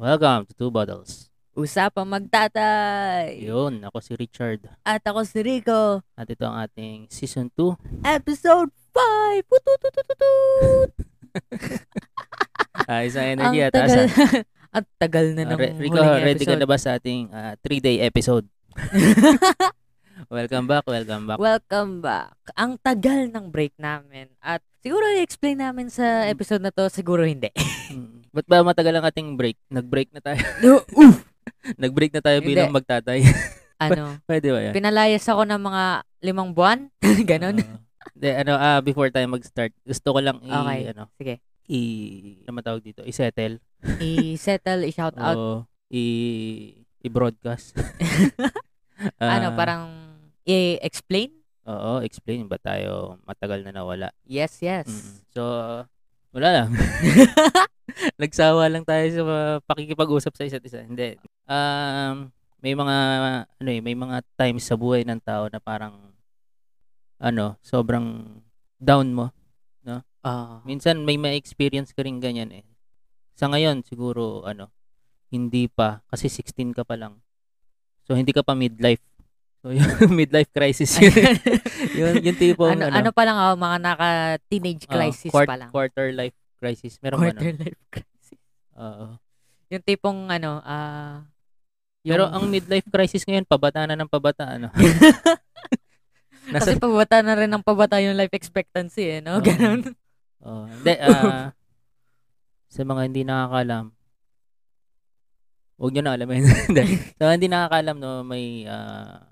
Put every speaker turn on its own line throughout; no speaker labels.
Welcome to Two Bottles.
Usapang magtatay!
Yun, ako si Richard.
At ako si Rico,
At ito ang ating Season 2.
episode 5! Putututututut!
Ah, isang
Ang
energy at
tagal,
asa.
at tagal na ng
Ah, Re- Rico,
huling
ready ka
episode.
na ba sa ating 3-day episode? welcome back, welcome back.
Welcome back! Ang tagal ng break namin at siguro i-explain namin sa episode na to, siguro hindi.
Mm. Ba't ba matagal ang ating break? Nag-break na tayo.
Oof!
Nag-break na tayo
Hindi.
bilang magtatay.
ano,
Pwede ba yan?
pinalayas ako ng mga limang buwan, ganon.
Ah, Hindi, ano, ah, before tayo mag-start, gusto ko lang i,
Okay.
ano,
Sige.
i, ano matawag dito, i-settle.
I-settle, i-shout out,
o i, i-broadcast. Ah,
ano, parang i-explain?
Oo, explain ba tayo matagal na nawala.
Yes, yes.
Mm. So, wala lang. Nagsawa lang tayo sa mga pakikipag-usap sa isa't isa. Hindi. Um, may mga ano eh, may mga times sa buhay ng tao na parang ano, sobrang down mo.
Ah.
Minsan may ma-experience ka rin ganyan eh. Sa ngayon siguro ano, hindi pa kasi 16 ka pa lang. So hindi ka pa midlife. So yung midlife crisis yun. yun yung tipong
ano, ano, pa lang ako, mga naka-teenage
Ah,
crisis
quart-
pa lang.
Quarter life crisis. Meron ba
Quarter
nun?
life crisis.
Oo.
Yung tipong ano, ah...
Pero ang midlife crisis ngayon, pabata na ng pabata, ano? Nasa,
Kasi pabata na rin ng pabata yung life expectancy eh, no?
Oo.
Ganun.
oh, hindi, ah, sa mga hindi nakakalam, huwag nyo na alamin. Hindi. sa mga hindi nakakalam, no, may, ah,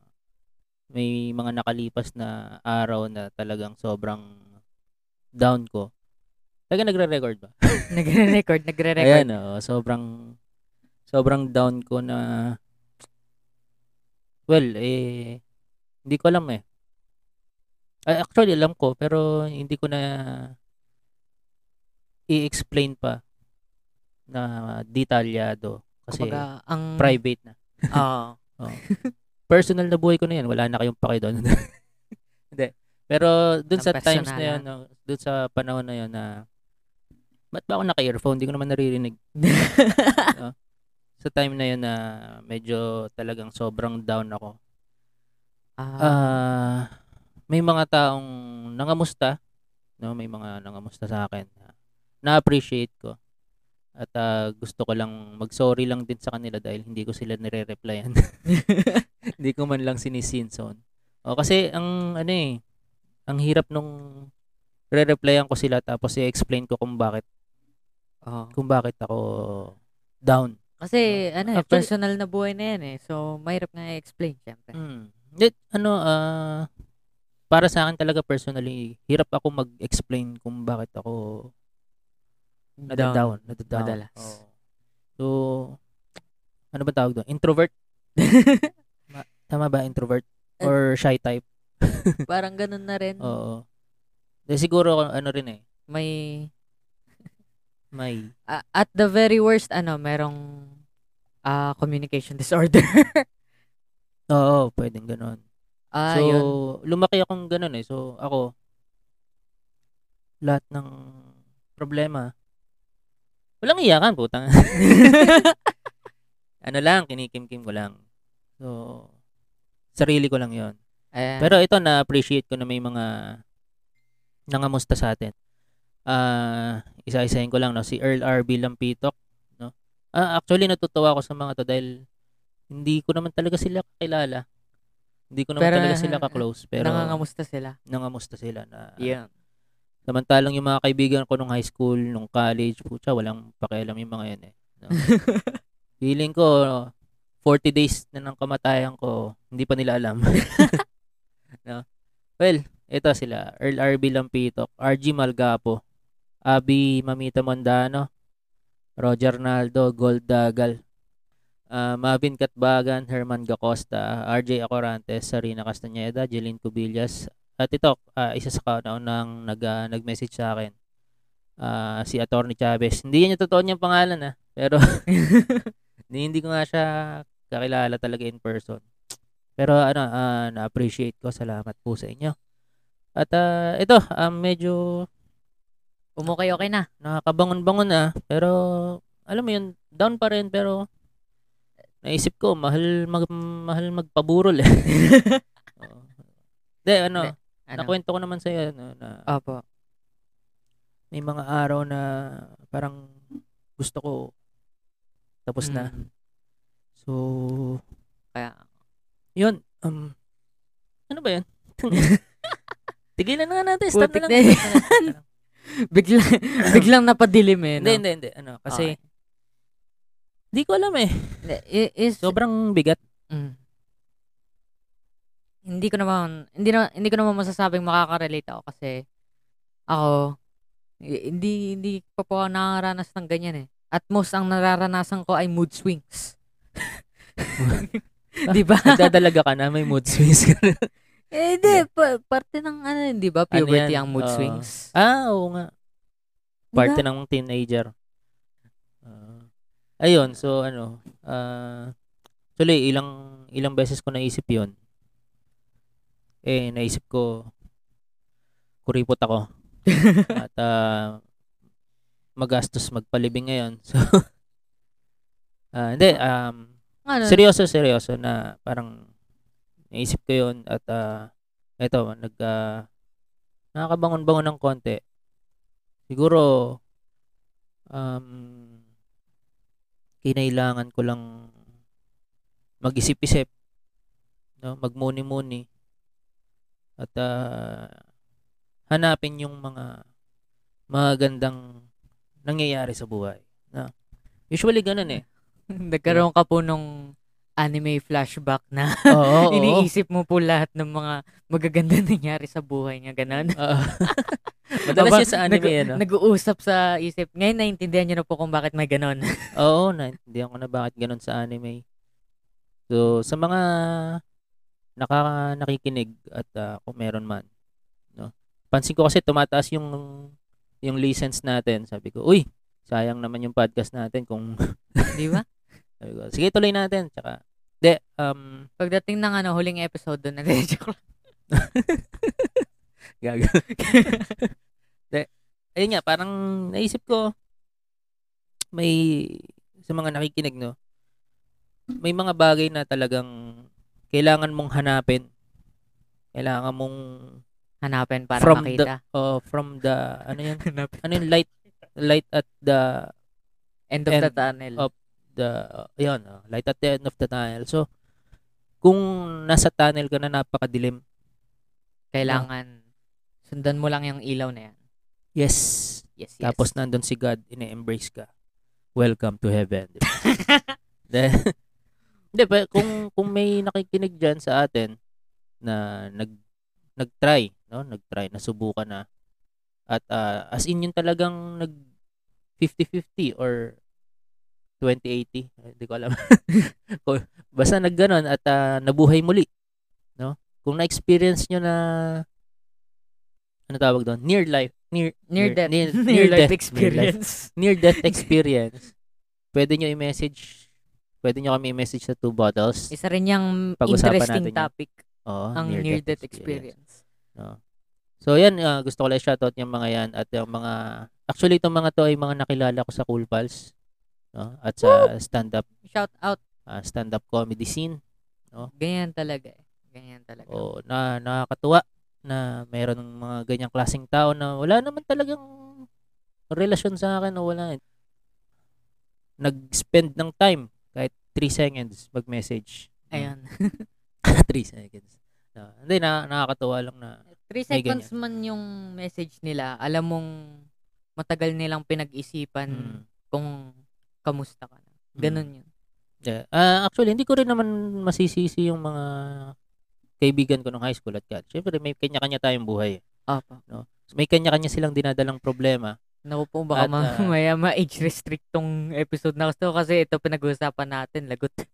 may mga nakalipas na araw na talagang sobrang down ko. Talaga nagre-record ba?
nagre-record, nagre-record.
Ayan, oo, sobrang sobrang down ko na well, eh hindi ko alam eh. Ah, Actually, alam ko pero hindi ko na i-explain pa na detalyado kasi
Kumbaga, mm. ang...
private na.
Oo.
Personal na buhay ko na 'yan, wala na kayong paki doon. hindi. Pero dun
Ang
sa times na
personal,
'yon, no, dun sa panahon na 'yon na Ba't ba ako naka-earphone? Hindi ko naman naririnig. sa time na yun na medyo talagang sobrang down ako.
Ah,
Ah, may mga taong nangamusta, no? May mga nangamusta sa akin na na-appreciate ko. At ah, gusto ko lang mag-sorry lang din sa kanila dahil hindi ko sila nire-replyan. hindi ko man lang sinisinson. O, kasi ang ano eh, ang hirap nung re-replyan ko sila tapos i-explain ko kung bakit
oo.
kung bakit ako down.
Kasi ano, eh,
Actually-
personal na buhay na yan eh. So, mahirap nga i-explain, syempre.
Mm. It, ano, ah, para sa akin talaga personally, hirap ako mag-explain kung bakit ako nadadown. Nadadown.
Madalas.
Oo. So, ano ba tawag doon? Introvert? Ma- tama ba introvert? Or shy type?
Parang ganun na rin.
Oo. De, siguro, ano rin eh,
May
may,
a- at the very worst ano merong ah, communication disorder
oo, pwedeng ganun.
ah
so,
yun
lumaki akong ganun eh. So, ako, lahat ng problema, walang iyakan, putang. ano lang, kinikim-kim ko lang. So, sarili ko lang yon
Ayan.
Pero ito, na-appreciate ko na may mga nangamusta sa atin. Ah, isa-isahin ko lang, no? Si Earl R.B. Lampitok, no? Ah, actually, natutuwa ako sa mga to dahil hindi ko naman talaga sila kakilala. Hindi ko naman
Pero, Ah.
talaga sila ka-close. Pero,
nangangamusta sila
nangamusta sila na
yeah
samantalang yung mga kaibigan ko nung high school, nung college, putya, walang pakialam yung mga yan eh. No? Feeling ko, 40 days na ng kamatayan ko, hindi pa nila alam. no? Well, ito sila, Earl R.B. Lampitok, R.G. Malgapo, Abi Mamita Mondano, Roger Naldo, Gold Dagal, ah, Mavin Katbagan, Herman Gacosta, RJ Acorantes, Sarina Castaneda, Jeline Cubillas, at ito, ah, isa sa kauna-unang nag, ah, nag-message sa akin, ah, si Attorney Chavez. Hindi yan yung totoo niyang pangalan ah. Pero, hindi, hindi ko nga siya kakilala talaga in person. Pero ano, ah, na-appreciate ko. Salamat po sa inyo. At ah, ito, ah, medyo
Umukay-okay na.
nakakabangon-bangon na. Pero, alam mo yun, down pa rin. Pero, naisip ko, mahal, mag, mahal magpaburol eh. Oo. Hindi, ano,
Hindi, Ano?
nakwento ko naman sa'yo ano, na
Opo.
may mga araw na parang gusto ko tapos na.
Mm.
So,
Kaya,
yun. Um, ano ba yun? Tigilan na nga natin. Stop na
Putik
lang. Stop
na yan.
na lang, stop na lang.
biglang, biglang napadilim eh.
Hindi,
No?
hindi, hindi. Ano, kasi, di ko alam eh.
I- is,
Sobrang bigat.
Mm. Hindi ko naman hindi na, hindi ko naman masasabing makaka-relate ako kasi ako i- hindi hindi pa po ako nakakaranas ng ganyan eh. At most ang nararanasan ko ay mood swings. 'Di ba?
Nagdadalaga ka na, may mood swings ka na.
eh di, pa- parte ng ano, 'di ba? Puberty
yan?
ang mood
Oo.
swings.
ah, oo nga. Parte ng teenager. Ah, ayun, so ano, ah actually, ilang, ilang beses ko naisip yon Eh, naisip ko, kuripot ako. At ah, magastos magpalibing ngayon. So, ah, hindi, um,
Ano?
seryoso, seryoso na parang naisip ko yun at ah, eto, nag, ah, nakakabangon-bangon ng konti. Siguro, um, kinailangan ko lang mag-isip-isip, no? magmuni-muni, at ah, hanapin yung mga magandang nangyayari sa buhay. No? Usually ganun eh.
Nagkaroon ka po nung anime flashback na
Oo, oo, oo.
iniisip mo po lahat ng mga magaganda nangyari sa buhay niya, ganun.
Oo. Madalas
Aba,
yun sa anime, ano?
Nag-uusap sa isip. Ngayon naiintindihan niyo na po kung bakit may ganon.
Oo, naintindihan ko na bakit ganun sa anime. So, sa mga naka nakikinig at ah, kung meron man, no? Pansin ko kasi tumataas yung yung listens natin. Sabi ko, uy, sayang naman yung podcast natin kung
Di ba?
sabi ko, sige tuloy natin. Tsaka, de, um,
Pagdating ng ano, huling episode doon, natin joke lang.
Gago. De, ayun nga, parang naisip ko, may, sa mga nakikinig, no, may mga bagay na talagang kailangan mong hanapin. Kailangan mong,
Hanapin para
From the-
makita.
oh, from the, ano yan,
Hanapin.
ano yung light, light at the,
End of the
End
tunnel.
of- the, uh, yun, oh, light at the end of the tunnel. So, kung nasa tunnel ka na napakadilim,
Kailangan, sundan mo lang yung ilaw na yan.
yes,
Yes, yes.
Tapos nandun si God, ine-embrace ka. Welcome to heaven. Di ba? Then, hindi, pa, kung, kung may nakikinig dyan sa atin na nag, nag-try, no? nag-try, nasubukan na, at ah, as in yung talagang nag 50-50 or 20-80, hindi ko alam. Kung- Basta nagganon at ah, nabuhay muli. No? Kung na-experience nyo na ano tawag doon? Near life, near
near death.
near,
Near,
near
life
death,
experience.
near death experience, pwede nyo i-message, pwede nyo kami i-message sa two bottles.
Isa rin yung
Pag-usapan
interesting
natin yun.
topic,
Oo,
ang near, death, experience.
So yan, ah, gusto ko lang shoutout yung mga yan at yung mga, actually itong mga to ay mga nakilala ko sa Cool Pals no? at sa stand-up
Shout out.
ah, stand-up comedy scene.
Ganyan talaga eh. Ganyan talaga.
O na nakakatuwa na meron ng mga ganyang klaseng tao na wala naman talagang relasyon sa akin o wala. Nag-spend ng time kahit 3 seconds mag-message.
Ayan.
3 seconds. No, hindi, na, nakakatuwa lang na
Three
May
seconds man yung message nila, alam mong matagal nilang pinag-isipan
mm,
kung kamusta ka na.
mm.
Ganun yun.
Yeah. Ah, actually, hindi ko rin naman masisisi yung mga kaibigan ko nung high school at college. Siyempre, may kanya-kanya tayong buhay. eh.
Apa.
May kanya-kanya silang dinadalang problema.
Naku po, baka
At, ah,
mamaya ma-age restrict tong episode na gusto kasi ito pinag-uusapan natin, lagot.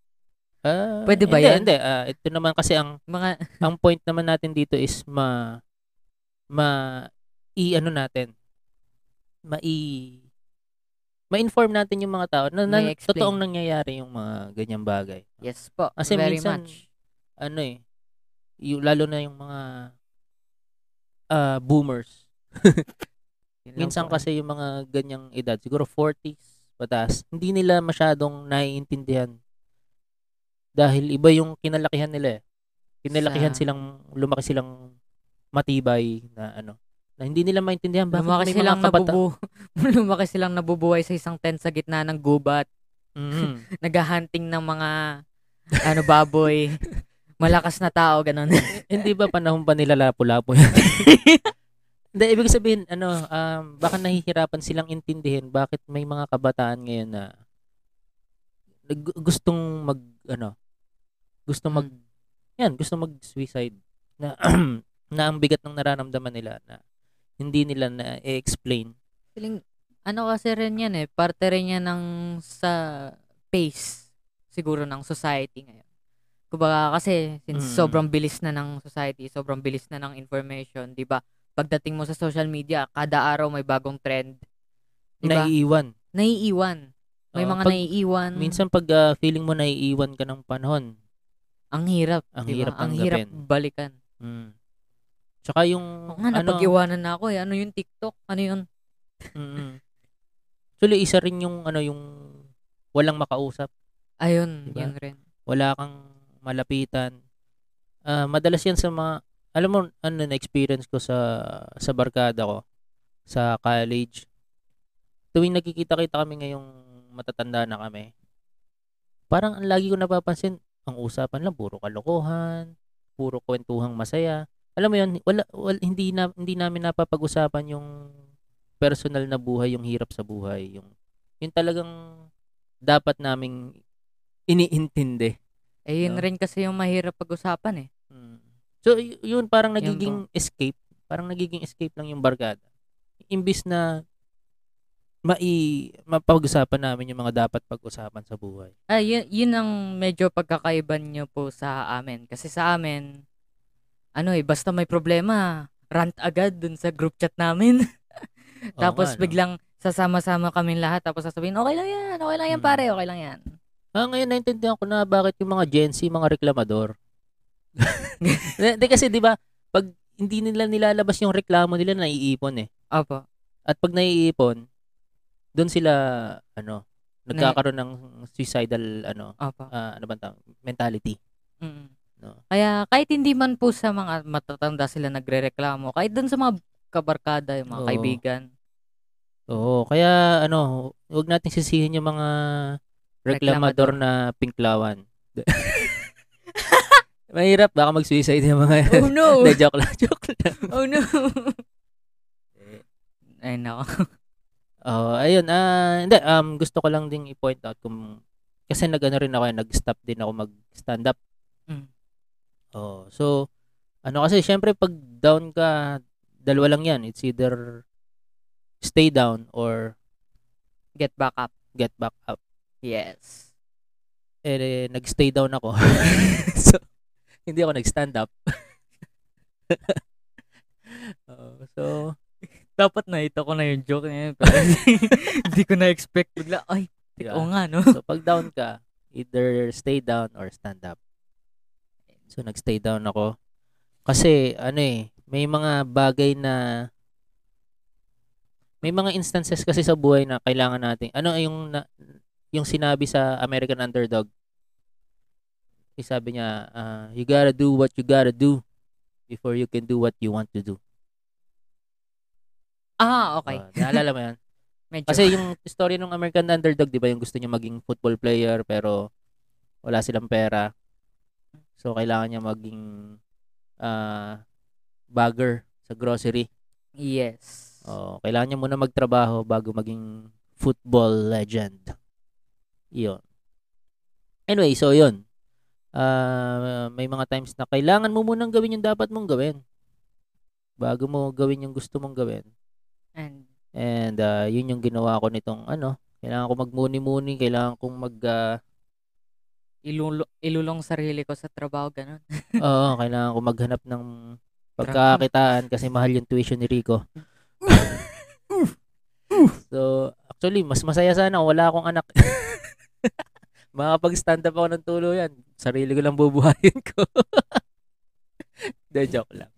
Ah,
Pwede ba
hindi,
yan?
Hindi, Ah, ito naman kasi ang
Mga,
ang point naman natin dito is ma ma i ano natin ma i ma-inform natin yung mga tao na, na
May explain.
totoong nangyayari yung mga ganyang bagay.
yes po,
Kasi
very
minsan,
much.
ano eh, yung, lalo na yung mga ah, boomers.
Yun lang
Minsan
po.
kasi yung mga ganyang edad, siguro 40s pataas, hindi nila masyadong naiintindihan. Dahil iba yung kinalakihan nila eh. Kinalakihan
Sa-
silang, lumaki silang matibay na ano. Na hindi nila maintindihan bakit
lumaki
may
silang
mga kabata.
nabubu lumaki silang nabubuhay sa isang tent sa gitna ng gubat,
Mhm.
naghahunting ng mga ano baboy, malakas na tao ganun.
Hindi ba panahon pa nila lapu-lapu yan? Hindi, ibig sabihin, ano, um, baka nahihirapan silang intindihin bakit may mga kabataan ngayon na nag- gustong mag, ano, gustong mag,
Hmm.
yan, gustong mag-suicide. Na, na ang bigat ng nararamdaman nila na hindi nila na-explain.
Feeling, ano kasi rin yan eh, parte rin yan ng sa pace siguro ng society ngayon. Kumbaga kasi since
Mm.
sobrang bilis na ng society, sobrang bilis na ng information, 'di ba? Pagdating mo sa social media, kada araw may bagong trend. 'Di ba?
Naiiwan.
naiiwan. May
Oo,
mga
pag-
naiiwan.
Minsan pag ah, feeling mo naiiwan ka ng panahon,
ang hirap,
ang
'di ba?
hirap
ang
tanggapin.
hirap balikan.
Mm. Tsaka yung,
Oo
Ano?
nga, napag-iwanan na ako eh. Ano yung TikTok? Ano yun?
Mm. Actually, isa rin yung ano yung walang makausap,
Ayun,
Diba?
yun rin.
wala kang malapitan. Ah, madalas 'yan sa mga alam mo ano na experience ko sa sa barkada ko sa college. Tuwing nagkikita-kita kami ngayong matatanda na kami, parang ang lagi ko napapansin, ang usapan lang puro kalokohan, puro kwentuhang masaya. Alam mo 'yun, wala, wal- hindi na hindi namin napapag-usapan yung personal na buhay, yung hirap sa buhay, yung yung talagang dapat naming iniintindi.
Ayun
No?
Eh, rin kasi yung mahirap pag-usapan eh.
Mm. So, y- yun parang
Yun
nagiging escape. Parang nagiging escape lang yung barkada. Imbis na mai mapag-usapan namin yung mga dapat pag-usapan sa buhay.
Ah, yun, yun ang medyo pagkakaiban nyo po sa amin. Kasi sa amin, ano eh, basta may problema, rant agad dun sa group chat namin.
Oo
tapos
nga, no?
biglang sasama-sama kami lahat. Tapos sasabihin, okay lang yan, okay lang yan
Mm.
pare, okay lang yan.
Ah, ngayon naintindihan ko na bakit yung mga Gen Z, mga reklamador. Hindi kasi 'di ba, pag hindi nila nilalabas yung reklamo nila naiipon eh.
Opo.
At pag naiipon, doon sila ano,
Nai-
nagkakaroon ng suicidal ano,
Opo.
ah, ano bang tawag? mentality.
Mm.
No.
Kaya kahit hindi man po sa mga matatanda sila nagrereklamo, kahit dun sa mga kabarkada, yung mga
Oo.
kaibigan,
Oo, kaya ano, huwag nating sisihin yung mga reklamador,
Reklamador.
na pinklawan. Mahirap, baka mag-suicide yung mga yan.
Oh no!
Hindi, joke lang, joke lang.
oh no!
eh.
Ay nako.
Oo, ayun, ah, hindi, um, gusto ko lang ding i-point out kung, kasi nag-ano rin ako, eh, nag-stop din ako mag-stand up.
Mm.
Oo, so, ano kasi, syempre, pag down ka, dalawa lang yan. It's either stay down or
Get back up.
get back up.
Yes.
eh, nag-stay down ako. so, hindi ako nag-stand up. Oo, so,
Dapat na ito ko na yung joke na yun. pero Hindi ko na-expect bigla. Ay,
yeah.
oo nga no.
so, pag down ka, either stay down or stand up. So, nag-stay down ako. Kasi, ano eh, may mga bagay na may mga instances kasi sa buhay na kailangan natin. Ano yung na, yung sinabi sa American Underdog? Eh, Sabi niya, ah, you gotta do what you gotta do before you can do what you want to do.
Ah, okay.
Ah, naalala mo yan?
Medyo.
Kasi yung story ng American Underdog, di ba, yung gusto niya maging football player pero wala silang pera. So, kailangan niya maging ah, bagger sa grocery.
yes.
Oh, kailangan niya muna magtrabaho bago maging football legend. Yun. Anyway, so yun. Ah, may mga times na kailangan mo munang gawin yung dapat mong gawin bago mo gawin yung gusto mong gawin.
And
And ah, yun yung ginawa ko nitong ano, kailangan ko magmuni-muni, kailangan kong mag ah,
ilulong, ilulong sarili ko sa trabaho, ganun.
oo, kailangan ko maghanap ng pagkakakitaan kasi mahal yung tuition ni Rico. so, actually, mas masaya sana kung wala akong anak. Makakapag-stand up ako ng tulo yan. Sarili ko lang bubuhayin ko. De, joke lang.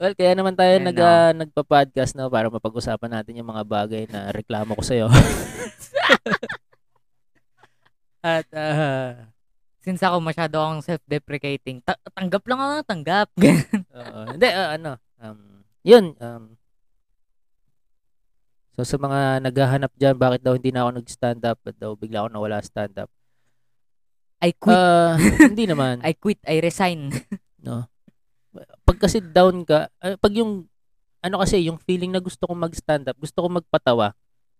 Well, kaya naman tayo
Ayun
nag,
na.
ah, nagpa-podcast no, para mapag-usapan natin yung mga bagay na reklamo ko sa'yo. At ah,
Since ako masyado akong self-deprecating, ta- tanggap lang ako, tanggap.
Oo. Hindi, ah, ano. Um, yun. Um, so, sa mga naghahanap dyan, bakit daw hindi na ako nag-stand-up? Ba't daw bigla ako nawala stand-up?
I quit,
ah hindi naman.
I quit, I resign.
no? Pag kasi down ka, ah, pag yung, ano kasi, yung feeling na gusto kong mag-stand-up, gusto kong magpatawa,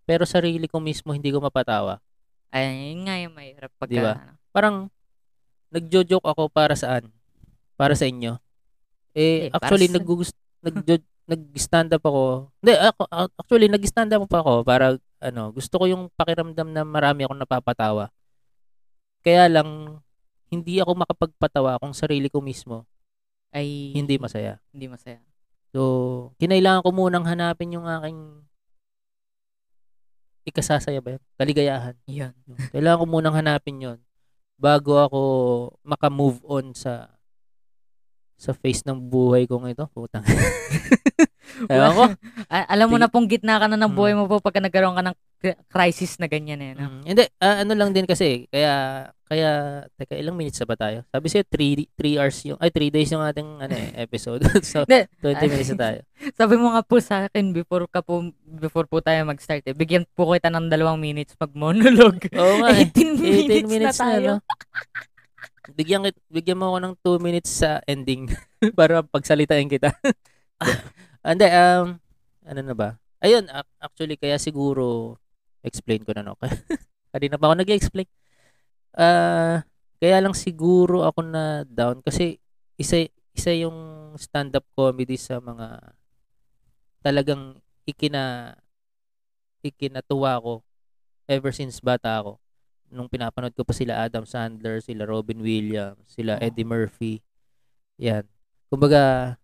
pero sarili ko mismo hindi ko mapatawa.
Ay, yun nga yung mahirap pagka,
Di ba?
ano.
Parang, nagjo-joke ako para saan? Para sa inyo. Eh,
Eh, para
actually,
sa-
naggugus- nagjo- nag-stand up ako. Hindi, ako, actually, nag-stand up pa ako para, ano, gusto ko yung pakiramdam na marami akong napapatawa. Kaya lang, hindi ako makapagpatawa kung sarili ko mismo
Ay,
hindi masaya.
hindi masaya.
So, kinailangan ko munang hanapin yung aking ikasasaya ba yun? Kaligayahan.
Yun.
Kailangan ko munang hanapin yon bago ako makamove on sa sa face ng buhay kong ito. Putang. Ewan ko.
A- alam mo
Di-
na pong gitna ka na ng
Mm.
buhay mo po pagka nagkaroon ka ng cri- crisis na ganyan eh. No?
Mm, Hindi, ah, ano lang din kasi. Kaya, kaya, teka, ilang minutes na ba tayo? Sabi sa'yo, 3 hours yung, ay, 3 days yung ating ano, eh, episode. so,
Hindi.
20 minutes na tayo.
Sabi mo nga po sa akin before ka po before po tayo mag-start eh. Bigyan po kita ng dalawang minutes mag-monologue.
Oo nga eh.
18, minutes,
18 minutes
na
na,
tayo.
no? Bigyan, kit- bigyan mo ako ng 2 minutes sa ending para pagsalitain kita. Ande, um, ano na ba? Ayun, ac- actually, kaya siguro, explain ko na, no? Kanina pa ako nag-explain. Ah, kaya lang siguro ako na down kasi isa, isa yung stand-up comedy sa mga talagang ikina ikinatuwa ko ever since bata ako nung pinapanood ko pa sila Adam Sandler, sila Robin Williams, sila
Oo.
Eddie Murphy. Yan. Kumbaga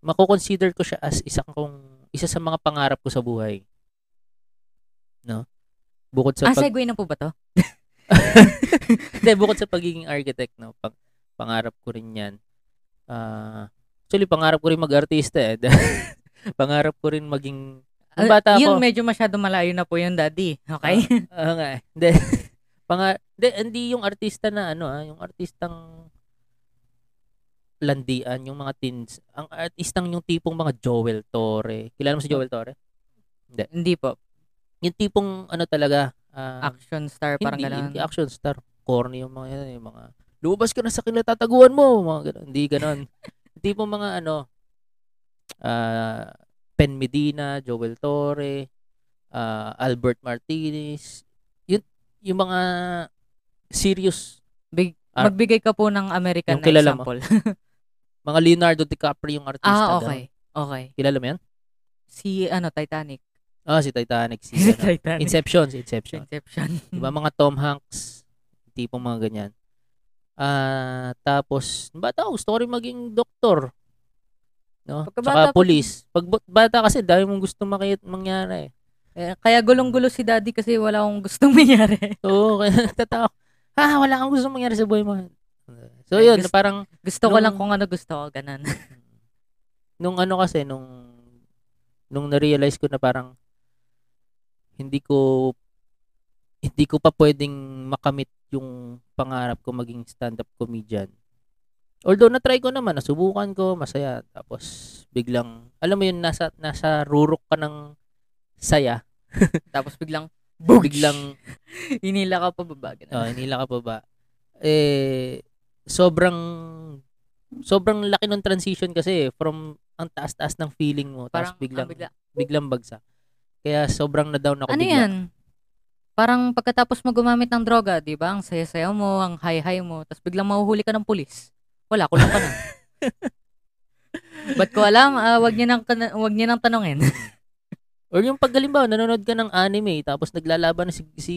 mako-consider ko siya as isa kong isa sa mga pangarap ko sa buhay. No? Bukod sa
ah,
pag-
segue na po ba to?
Hindi, bukod sa pagiging architect, no, pang, pangarap ko rin yan. Ah, actually, pangarap ko rin mag-artista eh. pangarap ko rin maging... Nung
Ah,
bata
Yun,
ako-
medyo masyado malayo na po yun, daddy. Okay?
Oo nga eh. Hindi, panga, hindi, hindi yung artista na ano ah, yung artistang landian, yung mga teens. Ang artistang yung tipong mga Joel Torre. Kilala mo si Joel Torre?
hindi po.
Yung tipong ano talaga, ah,
Action star, parang
hindi,
gano'n.
hindi action star. Corny yung mga yan, yung mga lumabas ka na sa kinatataguan mo, mga ganun. Hindi ganun. Hindi po mga ano ah Pen Medina, Joel Torre, ah, Albert Martinez, yun, yung mga serious
Big,
Ah,
magbigay ka po ng American
yung
na
kilala mo.
example.
mga Leonardo DiCaprio yung artista. ganun.
ah, okay. Okay.
Kilala mo yan?
Si, ano, Titanic.
Ah, si Titanic. Si,
Si
ano,
Titanic.
Inception, si Inception.
Inception.
Diba mga Tom Hanks, tipong mga ganyan. Ah, tapos bata ako, story maging doktor. No? Tsaka
Pagkabata pa-
police. Pag bu- bata kasi dami mong gusto makit mangyari. eh.
Eh, Kaya gulong-gulo si daddy kasi wala akong gustong mangyari.
Oo, kaya nagtataka. ako, Ah, wala kang gusto mangyari sa buhay mo. So yun,
Gusto-
parang
Gusto
Nung-
ko lang kung ano gusto ko, ganun.
nung ano kasi nung nung na-realize ko na parang hindi ko hindi ko pa pwedeng makamit yung pangarap ko maging stand-up comedian. Although na-try ko naman, nasubukan ko, masaya. Tapos biglang, alam mo yun, nasa, nasa rurok ka ng saya.
Tapos biglang,
Biglang,
inila ka pa baba, ganun.
oh, inila ka pa ba? Eh, sobrang, sobrang laki ng transition kasi eh, from ang taas-taas ng feeling mo.
parang,
Tapos
ah,
biglang,
bigla.
biglang bagsak. Kaya sobrang na-down ako
Ano
bigla.
yan? Parang pagkatapos mo gumamit ng droga, di ba? Ang saya-saya mo, ang high-high mo, tapos biglang mahuhuli ka ng pulis. Wala, kulang ka na. Ba't ko alam, ah, wag niya nang, kana- wag niya nang tanongin.
Or yung paggalimbawa, nanonood ka ng anime, tapos naglalaban si si,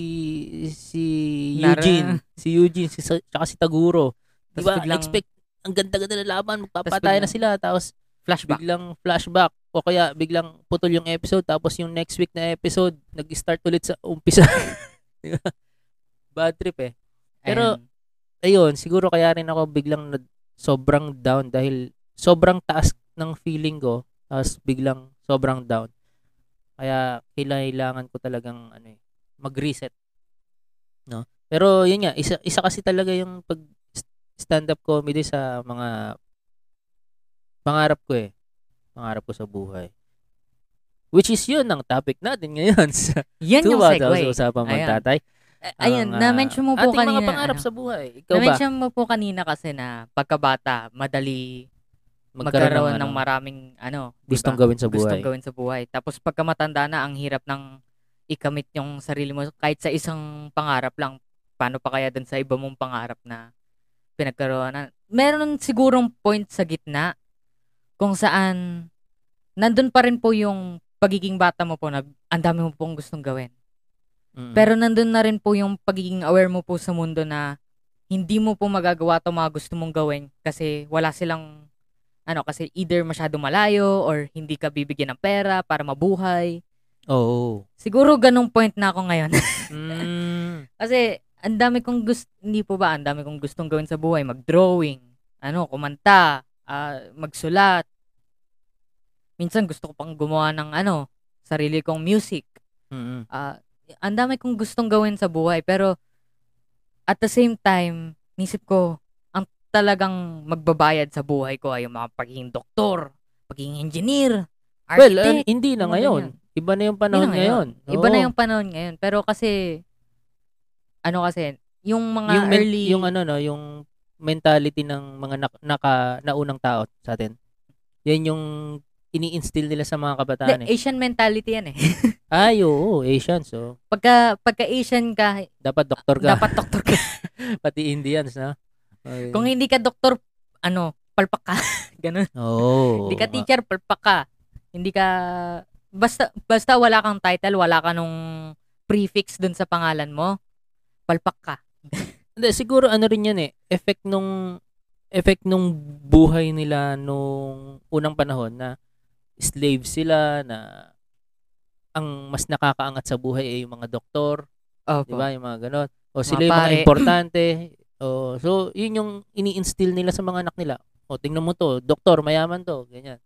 si
Nara.
Eugene, si Eugene, si, sa- tsaka si Taguro. Di
Tapos
ba? Diba,
biglang-
Expect, ang ganda-ganda na laban, magpapatay na
biglang-
sila, tapos
Flashback.
biglang flashback, o kaya biglang putol yung episode, tapos yung next week na episode, nag-start ulit sa umpisa. Di ba? Bad trip eh. Pero- ayun,
Ayan.
siguro kaya rin ako biglang na, sobrang down dahil sobrang taas ng feeling ko as biglang sobrang down. Kaya kailangan ko talagang ano eh, mag-reset. No? Pero yun nga, isa, isa kasi talaga yung pag stand-up comedy sa mga pangarap ko eh. Pangarap ko sa buhay. Which is yun ang topic natin ngayon sa
Yan yung
Tuwa Daw sa
segue.
Usapan Mang
Ayan.
Tatay.
A- Ayun,
Ang, ah,
na-mention mo po
ating
kanina.
mga pangarap
ano,
sa buhay. Ikaw ba?
na-mention mo po kanina kasi na pagkabata, madali magkaroon ng,
ano,
maraming ano, di
gustong
ba?
gawin sa buhay.
gustong gawin sa buhay. Tapos pagka matanda na, ang hirap ng ikamit yung sarili mo kahit sa isang pangarap lang. Paano pa kaya dun sa iba mong pangarap na pinagkaroonan? Meron sigurong point sa gitna kung saan nandun pa rin po yung pagiging bata mo po na ang dami mo pong gustong gawin.
Mm.
Pero nandun na rin po yung pagiging aware mo po sa mundo na hindi mo po magagawa to mga gusto mong gawin kasi wala silang ano kasi either masyado malayo or hindi ka bibigyan ng pera para mabuhay.
Oo.
Siguro ganung point na ako ngayon.
Mm.
kasi ang dami kong gusto, hindi po ba, ang dami kong gustong gawin sa buhay, mag-drawing, ano, kumanta, ah, magsulat. Minsan gusto ko pang gumawa ng ano, sarili kong music
Mm-mm.
ah ang dami kong gustong gawin sa buhay pero at the same time nisip ko ang talagang magbabayad sa buhay ko ay yung mga pagiging doktor, pagiging engineer,
Well, uh,
architect.
hindi na
mga
ngayon. Iba na yung panahon
Ano Hindi na
ngayon.
Iba na
Oo.
yung panahon ngayon pero kasi ano kasi yung mga
yung men-
early
yung ano no, yung mentality ng mga nak- naka naunang tao sa atin. Yan yung ini-instill nila sa mga kabataan
the
eh.
Asian mentality yan eh.
Ay, oo, Asian so
pagka pagka Asian ka,
dapat doktor ka
dapat doktor ka.
pati Indians na. Ay,
Kung hindi ka doktor, ano, palpak ka. Ganun.
oo.
Hindi ka teacher, palpak ka. Hindi ka basta basta wala kang title, wala ka nung prefix dun sa pangalan mo. Palpak ka.
Hindi, siguro ano rin yan eh, effect nung effect nung buhay nila nung unang panahon na slave sila na ang mas nakakaangat sa buhay ay yung mga doktor,
Opo.
'di ba? Yung mga ganon. O
Mga
sila yung mga
pare.
importante. o so yun yung ini-instill nila sa mga anak nila. O tingnan mo to, doktor, mayaman to, ganyan.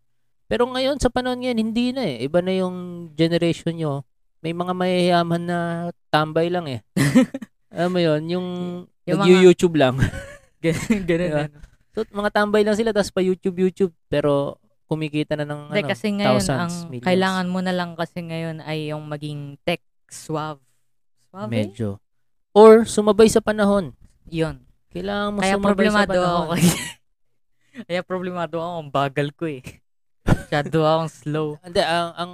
Pero ngayon sa panahon ngayon hindi na eh. Iba na yung generation nyo. May mga mayayaman na tambay lang eh. Alam mo yun, yung,
Yung mga-
nag-YouTube lang.
Ganun, ganun.
Diba? So, mga tambay lang sila, tapos pa YouTube-YouTube, pero kumikita na ng
Hindi,
ano,
kasi ngayon, ang
thousands, millions.
kailangan mo na lang kasi ngayon ay yung maging tech suave. Suave?
medyo. Or sumabay sa panahon.
Yun.
Kailangan mo sumabay
Kaya
sa
problemado
panahon.
ako. Kaya problemado ako. Ang bagal ko eh. Masyado akong slow.
Hindi, ang, ang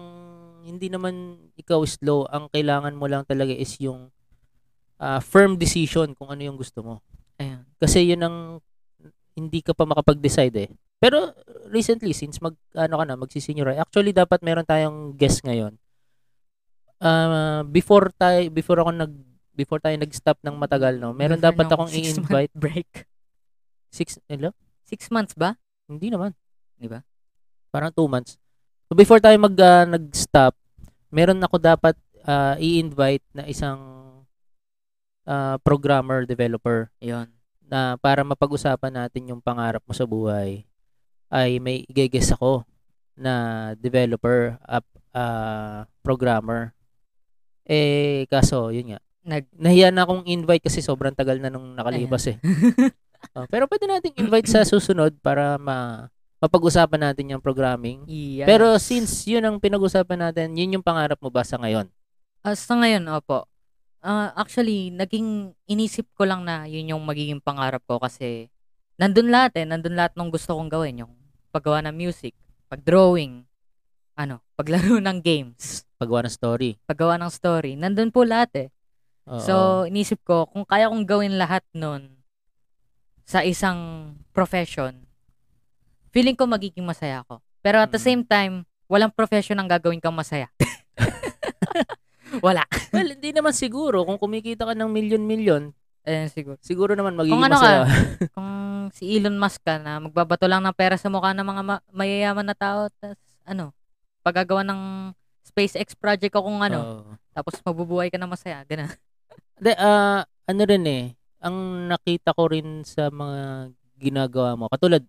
hindi naman ikaw slow, ang kailangan mo lang talaga is yung ah, firm decision kung ano yung gusto mo.
Ayun.
Kasi yun ang hindi ka pa makapag-decide eh. Pero recently, since mag, ano ka na, magsisenyor, actually dapat meron tayong guest ngayon. Ah, before tayo, before ako nag, before tayo nag-stop ng matagal, no? Meron
Before
dapat
ng
akong
ano, six month
i-invite.
Break.
Six, hello?
Six months ba?
Hindi naman.
Di ba?
Parang two months. So before tayo mag, ah, nag-stop, meron ako dapat ah, i-invite na isang ah, programmer, developer
Yun.
na para mapag-usapan natin yung pangarap mo sa buhay ay may igegess ako na developer at ah, programmer. Eh, kaso, yun nga.
Nag-
Nahiya na akong invite kasi sobrang tagal na nung nakalipas eh. Oh, pero pwede nating invite sa susunod para ma mapag-usapan natin yung programming.
Yes.
Pero since yun ang pinag-usapan natin, yun yung pangarap mo ba sa ngayon?
Ah, sa ngayon, opo. Ah, actually, naging inisip ko lang na yun yung magiging pangarap ko kasi nandun lahat eh. Nandun lahat nung gusto kong gawin. Yung paggawa ng music, pagdrawing, ano, paglaro ng games,
Paggawa ng story.
paggawa ng story. Nandun po lahat eh.
Oo.
So, inisip ko, kung kaya kong gawin lahat nun sa isang profession, feeling ko magiging masaya ako. Pero at the
Mm.
same time, walang profession ang gagawin kang masaya. Wala.
well, hindi naman siguro kung kumikita ka ng milyon-milyon,
Ayan siguro.
siguro naman magiging
ano
masaya.
ka, Kung si Elon Musk ka na magbabato lang ng pera sa mukha ng mga ma- mayayaman na tao, tas ano, paggagawa ng SpaceX project o kung ano,
Oo.
tapos mabubuhay ka na masaya, gano'n.
Hindi, ah, ano rin eh, ang nakita ko rin sa mga ginagawa mo, katulad,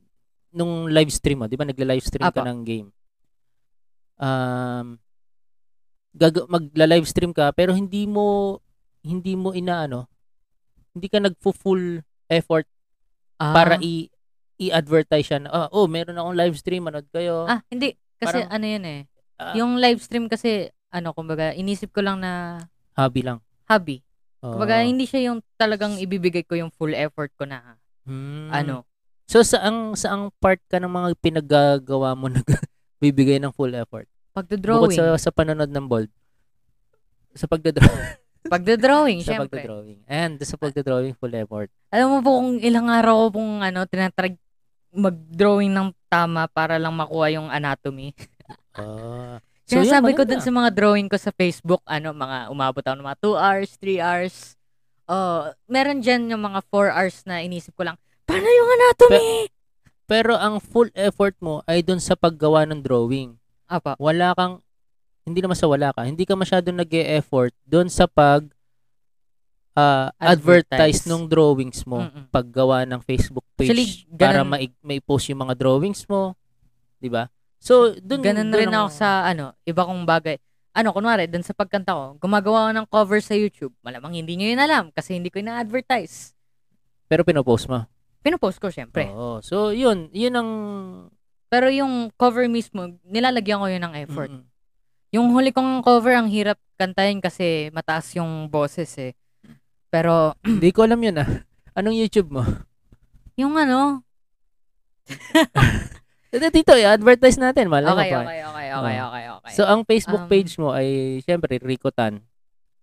nung live stream mo, 'di ba nagla-live stream ka
Apo.
ng game. Um gag- magla-live stream ka pero hindi mo hindi mo inaano, hindi ka nagfo-full effort
Ah.
para i i-advertise siya. na, "Ah, oh, meron akong live stream, manood kayo.
Ah, hindi.
Parang-
Kasi ano yun eh.
Ah.
yung live stream kasi, ano, kumbaga, inisip ko lang na
Hobby lang.
hobby.
Oo.
Kumbaga, hindi siya yung talagang ibibigay ko yung full effort ko na,
Hmm.
ano.
So saang saang part ka ng mga pinaggagawa mo nagbibigay ng full effort? Bukod
Pagdodrawing.
sa sa panonood ng bold. Sa pagdodrawing,
Pagdodrawing,
sa
syempre. Ah.
pagdodrawing. And sa pagdodrawing full effort.
Alam mo po kung ilang araw ko pong ano, tinatrag mag-drawing ng tama para lang makuha yung anatomy.
Ah.
So,
yun,
sabi ko dun
maganda.
sa mga drawing ko sa Facebook, ano, mga umabot ako ng mga 2 hours, 3 hours. Oh, meron dyan yung mga 4 hours na inisip ko lang, paano yung anatomy?
Pero ang full effort mo ay doon sa paggawa ng drawing.
Apa,
Wala kang hindi naman sa wala ka. Hindi ka masyado nag-e-effort doon sa pag ah,
Advertise.
advertise ng drawings mo.
Mm-mm.
paggawa ng Facebook page
Actually, ganun-
para mai- mai-post yung mga drawings mo, 'di ba? So, dun
Ganun
dun
rin
ang-
ako sa ano, iba kong bagay. Ano, kunwari, dun sa pagkanta ko, gumagawa ako ng cover sa YouTube. Malamang hindi nyo yun alam kasi hindi ko ina-advertise.
pero pinopost mo.
Pinopost ko, syempre.
Oo. So, 'yun, 'yun ang
Pero yung cover mismo, nilalagyan ko yun ng effort.
Mm-mm.
Yung huli kong cover, ang hirap kantahin kasi mataas yung boses eh. Pero,
Hindi ko alam 'yun ah. Anong YouTube mo?
yung ano,
Dito, dito i-advertise natin, malay mo
okay, Um,
pa.
okay, okay, okay,
Oo.
okay, okay.
So, oh. ang Facebook
Ang-
page mo ay syempre Rico Tan.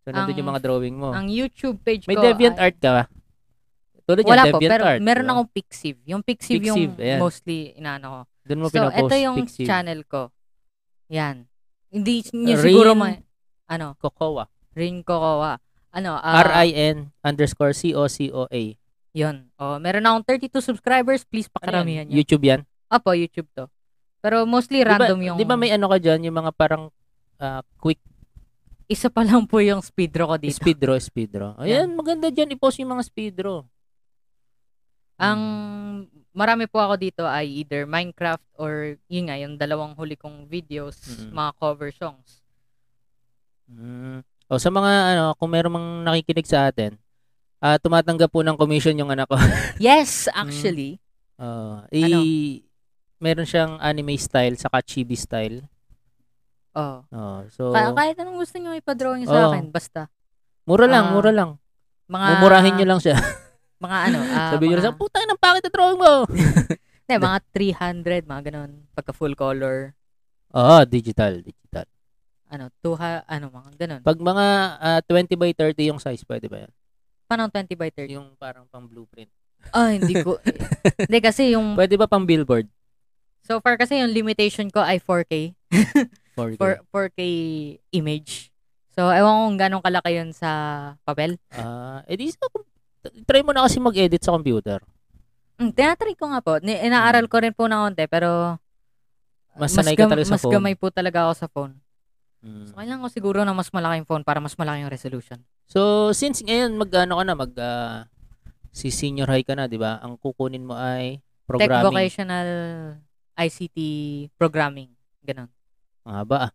So, nandun
Ang-
yung mga drawing mo.
ang YouTube page
May
ko,
DeviantArt
ay-
art ka ba? Tulad
wala
yan, Diba?
po,
DeviantArt.
pero meron
di ba?
akong Pixiv. Yung Pixiv, yung
Pixiv, ayan.
mostly inaano ko.
Doon mo
so,
pinopost.
ito yung
Pixiv.
channel ko. Yan. Hindi nyo
Rin-
siguro ma... Ano?
Cocoa.
Rin Kokowa. Ano? ah,
R-I-N underscore C-O-C-O-A.
Yun. Oh, meron akong 32 subscribers. Please pakaramihan nyo.
YouTube yan.
Apo, YouTube to. Pero mostly
di
random
ba,
yung...
Di ba may ano ka dyan, yung mga parang ah, quick
Isa pa lang po yung speed draw ko dito.
speed draw, speed draw. Ayan, maganda dyan, i-post yung mga speed draw.
Ang marami po ako dito ay either Minecraft or yun nga, yung dalawang huli kong videos,
Mm.
mga cover songs.
Mm. O sa mga ano, kung meron mang nakikinig sa atin, ah tumatanggap po ng commission yung anak ko.
Yes,
Mm.
actually.
Ah, i-
Ano?
Meron siyang anime style, saka chibi style.
Oh.
Oh, so,
Ka- kahit anong gusto nyo ipadrawing sa
Oo.
akin, basta.
mura lang,
ah,
mura lang.
Mga,
Mumurahin nyo lang siya.
Mga ano. ah,
Sabi nyo
mga-
lang, sa, putang ng pangit na drawing mo.
Hindi, mga 300, mga ganun. Pagka full color,
Oo, digital, digital.
ano, 200, ano, mga ganun.
Pag mga ah, 20 by 30 yung size, pwede ba yan?
Paano 20 by 30?
Yung parang pang blueprint.
Ah, hindi ko. hindi, kasi yung,
Pwede ba pang billboard?
so far kasi yung limitation ko ay 4K.
4K.
For, 4K image. So, ewan ko kung ganun kalaki yun sa papel.
Ah, edi sa kom- try mo na kasi mag-edit sa computer.
Mm, tinatry ko nga po. Ni, inaaral ko rin po na konti, pero
Hmm. Mas sanay ka
gam-
talaga sa
Ah, mas
phone.
gamay po talaga ako sa phone.
Mm.
So, kailangan ko siguro na mas malaking phone para mas malaki yung resolution.
So, since ngayon mag-ano ka na, mag ah, si senior high ka na, 'di ba? Ang kukunin mo ay
Tech
programming.
vocational ICT programming. Ganun.
Ang haba. ah.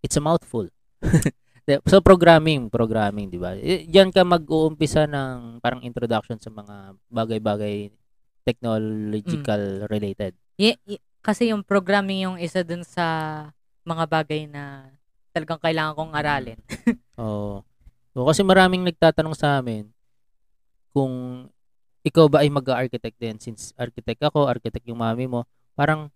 It's a mouthful. De- so programming, programming, 'di ba? I- Diyan ka mag-uumpisa ng parang introduction sa mga bagay-bagay
Mm.
technological related.
Ye- y- kasi yung programming yung isa dun sa mga bagay na talagang kailangan kong aralin.
Oo. So, kasi maraming nagtatanong sa amin kung ikaw ba ay mag-architect din since architect ako, architect yung mami mo. Parang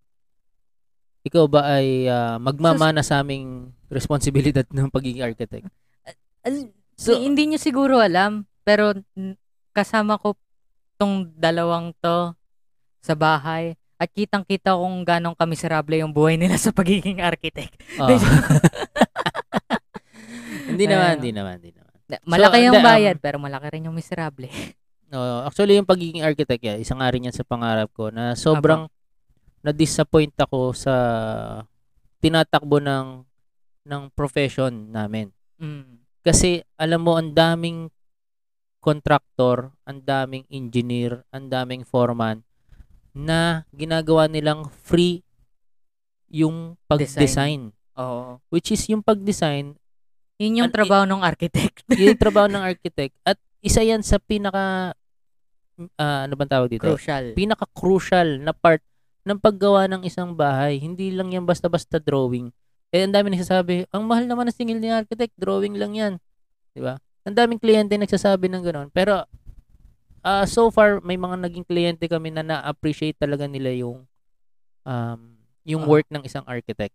ikaw ba ay ah, magmamana sa aming responsibilidad ng pagiging architect?
Al-
So,
Eh, hindi nyo siguro alam, pero n- kasama ko tong dalawang to sa bahay at kitang-kita kung ganong kamiserable yung buhay nila sa pagiging architect.
oo. hindi naman,
Ayun.
hindi naman, hindi naman.
Malaki yung
hindi, um,
bayad, pero malaki rin yung miserable.
Oo, actually, yung pagiging architect, yeah, isa nga rin yan sa pangarap ko na sobrang na-disappoint ako sa tinatakbo ng ng profession namin.
Mm.
Kasi alam mo ang daming contractor, ang daming engineer, ang daming foreman na ginagawa nilang free yung pag-design.
Oo.
Which is yung pag-design,
Yun yung
An-
trabaho ng architect.
yung trabaho ng architect. At isa yan sa pinaka, ah, ano bang tawag dito?
Crucial.
pinaka-crucial na part ng paggawa ng isang bahay. Hindi lang yan basta-basta drawing. Eh, ang dami nagsasabi, ang mahal naman ng singil ni architect, drawing lang yan. Di ba? Ang daming kliyente nagsasabi ng gano'n. Pero, ah, so far, may mga naging kliyente kami na na-appreciate talaga nila yung um, yung
Ah.
work ng isang architect.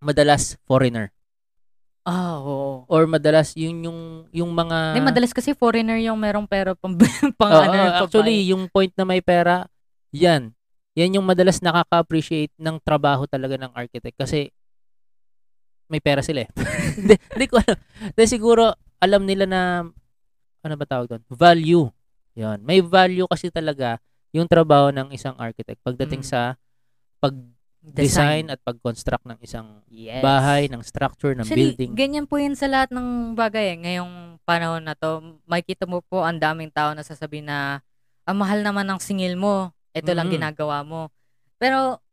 Madalas, foreigner.
Ah, oo. Ah.
Or madalas, yun yung, yung mga...
Hindi, madalas kasi foreigner yung merong pero pang, pang
Oo,
ano,
oo,
pang-
actually, yung point na may pera, yan. Yan yung madalas nakaka-appreciate ng trabaho talaga ng architect kasi may pera sila eh. Hindi hindi ko alam. Hindi, siguro alam nila na, ano ba tawag doon? Value. Yan. May value kasi talaga yung trabaho ng isang architect pagdating
Mm.
sa pag-design at pag-construct ng isang
Yes.
bahay, ng structure, ng
Actually,
building.
ganyan po yun sa lahat ng bagay. eh. Ngayong panahon na to, makikita mo po ang daming tao na sasabi na, ang mahal naman ng singil mo. Ito lang
Mhm.
ginagawa mo. Pero,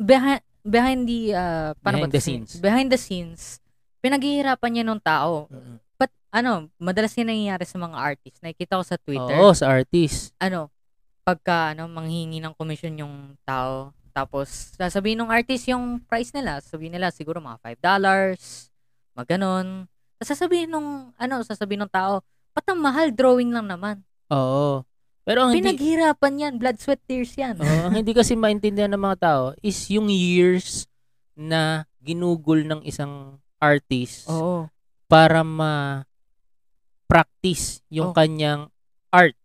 behind, behind the, ah, paano
Behind
ba
the
to say?
scenes.
Behind the scenes, pinaghihirapan niya nung tao.
Mm.
But, ano, madalas yan nangyayari sa mga artist. Nakikita ko sa Twitter.
Oo, sa artist.
ano, pagka ano, manghingi ng commission yung tao, tapos sasabihin ng artist yung price nila, sabihin nila siguro mga $5, mga ganun. Tapos sasabihin nung, ano, sasabihin ng tao, ba't ang mahal, drawing lang naman.
Oo. Pero ang hindi,
Pinaghirapan yan, blood, sweat, tears yan.
Oo, ang Ah, hindi kasi maintindihan ng mga tao is yung years na ginugol ng isang artist
Oo.
para ma-practice yung
Oo.
kanyang art.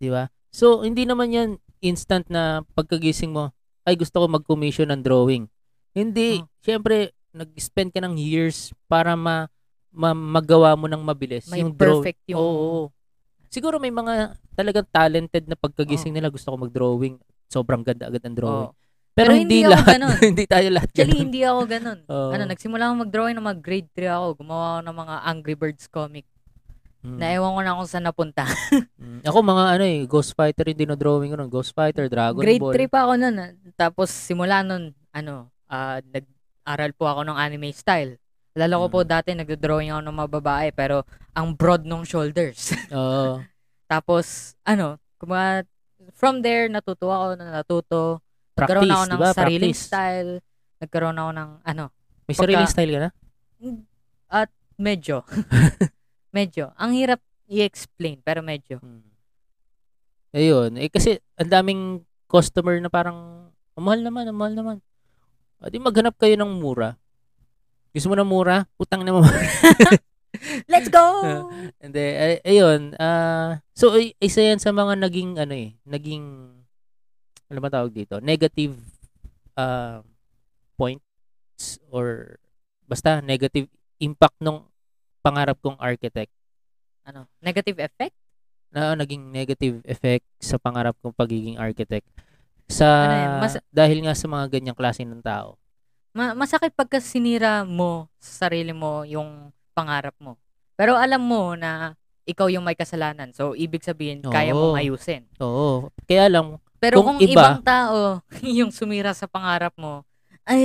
Di ba? So, hindi naman yan instant na pagkagising mo, ay gusto ko mag-commission ng drawing. Hindi.
Oo.
Siyempre, nag-spend ka ng years para ma, ma- magawa mo ng mabilis.
May
yung draw-
perfect yung...
Oo, oo. Siguro may mga talagang talented na pagkagising nila gusto ko mag-drawing. Sobrang ganda agad ang drawing.
Oo.
Pero,
Pero
hindi,
hindi ako
lahat.
ganun.
hindi tayo lahat
Actually,
ganun.
hindi ako ganun.
Oo.
Ano, nagsimula ako mag-drawing nung mag-grade 3 ako. Gumawa ako ng mga Angry Birds comic.
Mm.
Naiwan ko na kung saan napunta.
Mm. Ako mga ano eh, Ghost Fighter yung dinodrawing ko nun. Ghost Fighter, Dragon
grade
Ball.
3 pa ako nun. ah. Tapos simula nun, ano, ah, nag-aral po ako ng anime style. Alala ko po
Mm.
dati nagdo-drawing ako ng mga babae pero ang broad nung shoulders.
Oo.
Tapos ano, kumaga from there natuto ako, na- natuto.
practice,
Nagkaroon ako ng
diba?
sariling
Practice.
style. Nagkaroon ako ng ano,
May
Pagka-
sariling style ka na?
medyo. medyo. Ang hirap i-explain pero medyo.
Mm. Ayun. Eh kasi ang daming customer na parang, "Ang mahal naman, ang mahal naman. O di maghanap kayo ng mura. Gusto mo na mura? Utang na mo.
Let's go!
Hindi, ay, ayun. ah, so, i- isa yan sa mga naging, ano eh, naging, ano ba tawag dito? Negative ah, points or basta negative impact nung pangarap kong architect
ano, negative effect?
na naging negative effect sa pangarap kong pagiging architect sa
Ano yan, mas-
dahil nga sa mga ganyang klase ng tao.
Ma- masakit pagka sinira mo sa sarili mo yung pangarap mo. Pero alam mo na ikaw yung may kasalanan. So, ibig sabihin, kaya
Oo.
mong ayusin.
Oo. Kaya lang, Oh.
Pero
Kung
kung,
iba-
ibang tao yung sumira sa pangarap mo, ay,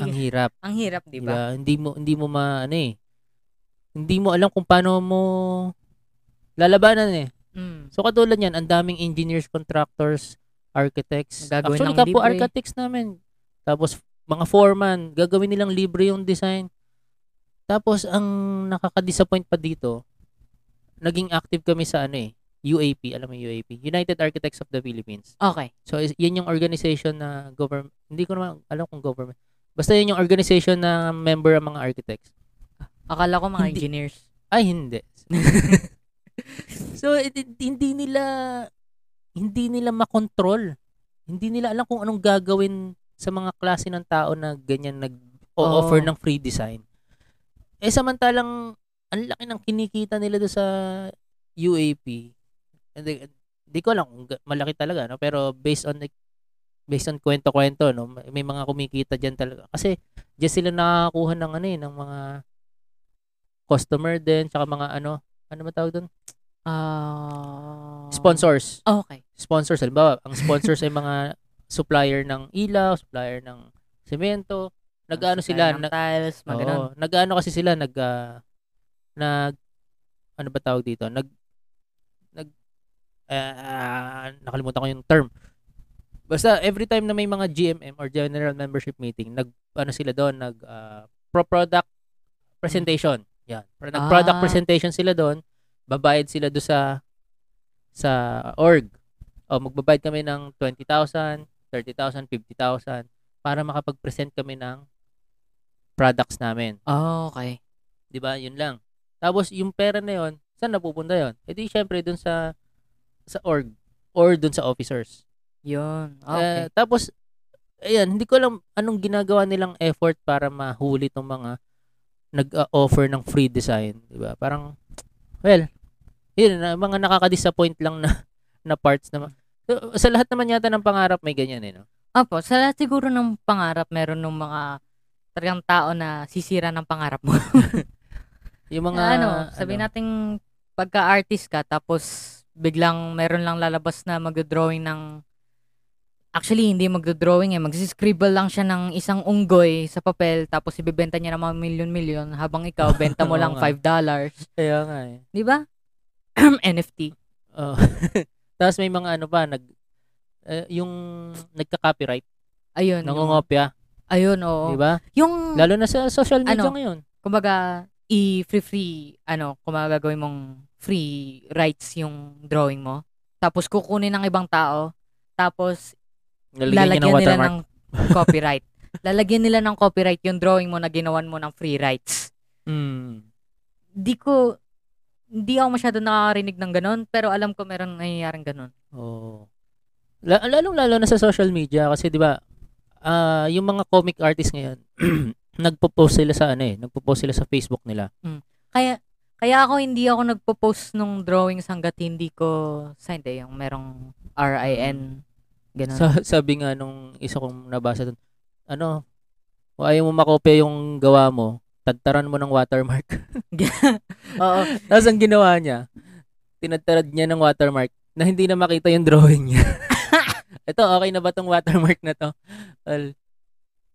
ang
ang,
hirap.
hirap, di
Yeah,
ba?
Diba? hindi mo hindi mo ma ano eh. Hindi mo alam kung paano mo lalabanan eh.
Mm.
So katulad niyan, ang daming engineers, contractors, architects.
Gagawin
Actually,
ng
kapo
libre.
architects namin. Tapos mga foreman, gagawin nilang libre yung design. Tapos ang nakaka-disappoint pa dito, naging active kami sa ano eh, UAP, alam mo yung UAP, United Architects of the Philippines.
Okay.
So is, yan yung organization na government, hindi ko naman alam kung government. Basta yun yung organization na member ang mga architects.
Akala ko mga
Hindi-
engineers.
Ay, hindi. so, it- it- hindi nila, hindi nila makontrol. Hindi nila alam kung anong gagawin sa mga klase ng tao na ganyan nag-offer
Oo.
ng free design. Eh, samantalang, ang laki ng kinikita nila do sa UAP. Hindi, eh, hindi ko alam kung ga- malaki talaga, no? pero based on based on kwento-kwento, no? may- may mga kumikita diyan talaga. Kasi diyan sila nakakakuha ng ano eh, ng mga customer din, tsaka mga ano, ano ba tawag doon?
Ah...
Sponsors.
Okay.
sponsors. Halimbawa, ang sponsors ay mga supplier ng ilaw, supplier ng semento. Nag-ano sila,
Ah, Ng tiles, mga ganun.
Oo. Nag-ano kasi sila, nag, ah, nag, ano ba tawag dito? Nag, nag, ah, nakalimutan ko yung term. Basta every time na may mga GMM or General Membership Meeting, nag, ano sila doon, nag, ah, pro-product presentation. Yan. Pro- Nag-product
Ah.
presentation sila doon, babayad sila doon sa, sa org. O, magbabayad kami ng 20,000, 30,000, 50,000 para makapag-present kami ng products namin.
Oh, okay.
'di ba? Yun lang. Tapos yung pera na 'yon, saan napupunta 'yon? Eh di syempre doon sa sa org or doon sa officers.
Yun.
Eh,
Ah, Okay.
tapos ayan, hindi ko alam anong ginagawa nilang effort para mahuli tong mga nag-offer ng free design, 'di ba? Parang well, yun na mga nakaka-disappoint lang na na parts naman. So, sa lahat naman yata ng pangarap may ganyan eh, no?
Apo, sa lahat siguro ng pangarap, meron ng mga talagang tao na sisira ng pangarap mo.
Yung mga
ano, sabi nating pagka-artist ka, tapos biglang meron lang lalabas na magdodrawing ng Actually, hindi magdodrawing eh. Magsiscribble lang siya ng isang unggoy sa papel tapos ibebenta niya ng mga milyon-milyon habang ikaw, benta mo
Oo
lang
nga.
$5. dollars.
kaya nga eh.
Di ba? NFT.
Oo. Tapos may mga ano pa nag eh, yung nagka-copyright
Ano Ayun. yung-
nangungopya,
Ayun, oo.
'di ba?
Yung,
Lalo na sa social media
Hmm. Ano?
ngayon.
kumbaga, i-free-free, ano, kumbaga gawin mong free rights yung drawing mo. Tapos kukunin ng ibang tao. Tapos
Lalagyan niya ng
nila
watermark.
ng copyright. lalagyan nila ng copyright yung drawing mo na ginawan mo ng free rights.
Mm.
Di ko, di ako masyado nakakarinig ng ganun, pero alam ko meron nangyayaring ganun.
Oo. La- lalong lalo na sa social media kasi 'di ba? ah yung mga comic artist ngayon, nagpo-post sila sa ano eh, nagpo-post sila sa Facebook nila.
Kaya, kaya ako hindi ako nagpo-post nung drawings hanggat hindi ko signed eh, yung merong RIN. Ganun.
Sa- sabi nga nung isa kong nabasa doon, ano, kung ayaw mo makopya yung gawa mo, tagtaran mo ng watermark.
Oo.
Tapos ang ginawa niya, tinadtarad niya ng watermark na hindi na makita yung drawing niya. Ito, okay na ba tong watermark na to? Well,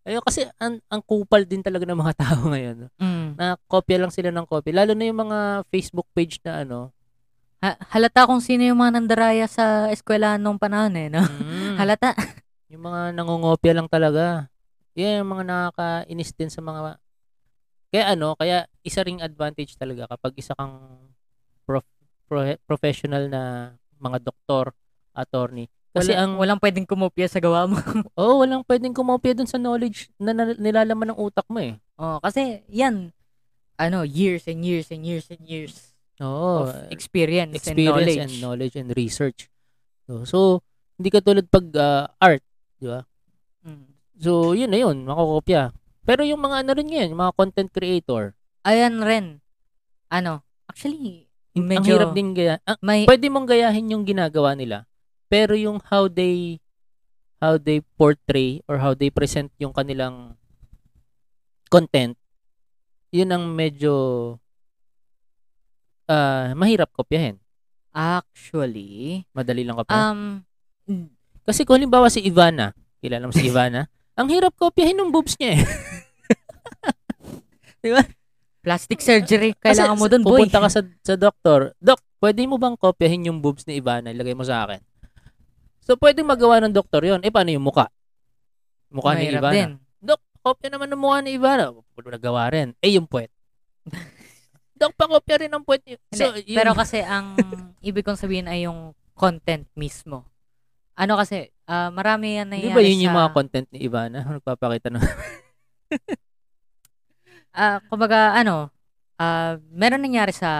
ayun, kasi ang, ang kupal din talaga ng mga tao ngayon. no?
Mm.
Na kopya lang sila ng kopya. Lalo na yung mga Facebook page na ano.
Ha- halata kung sino yung mga nandaraya sa eskwela nung panahon eh, no?
Hmm.
Halata.
Yung mga nangungopya lang talaga. Yan yung mga nakakainis din sa mga... Kaya ano, kaya isa ring advantage talaga kapag isa kang prof- pro- professional na mga doktor, attorney. Kasi
Wala-
ang...
walang pwedeng kumopya sa gawa mo.
Oo, oh, walang pwedeng kumopya dun sa knowledge na, na- nilalaman ng utak mo eh.
oh, kasi yan ano, years and years and years and years
Oo.
of experience,
Oh,
and
experience
knowledge.
and knowledge and research. So, so hindi katulad pag ah, art.
Mm.
So, yun na yun, makokopya. Pero yung mga ano rin ngayon, yung mga content creator,
Ayan rin. Ano, actually
ang
medyo
hirap din gaya. ah,
may
pwede mong gayahin yung ginagawa nila, pero yung how they how they portray or how they present yung kanilang content, yun ang medyo ah, mahirap kopyahin.
actually
Madali lang kopyahin.
um mm,
Kasi kung halimbawa si Ivana, kilala mo si Ivana, ang hirap kopyahin ng boobs niya eh.
plastic surgery
Kasi
kailangan mo dun, boy.
pupunta ka sa, sa doktor, Dok, pwede mo bang kopyahin yung boobs ni Ivana, ilagay mo sa akin? So, pwede magawa ng doktor yon Eh, paano yung muka? Mukha ni
Mahirap
Ivana.
din.
Kopya naman ng mukha ni Ivana. Wala nagawa rin. Eh, yung puwet. Dok, pakopya rin ng puwet. ni- So, yun.
Hindi, pero kasi ang ibig kong sabihin ay yung content mismo. Ano kasi, ah, marami yan
Di
nangyayari
ba yun yung
sa-
mga content ni Ivana? Nagpapakita ng...
Ah, kumbaga, ano, ah, meron nangyari sa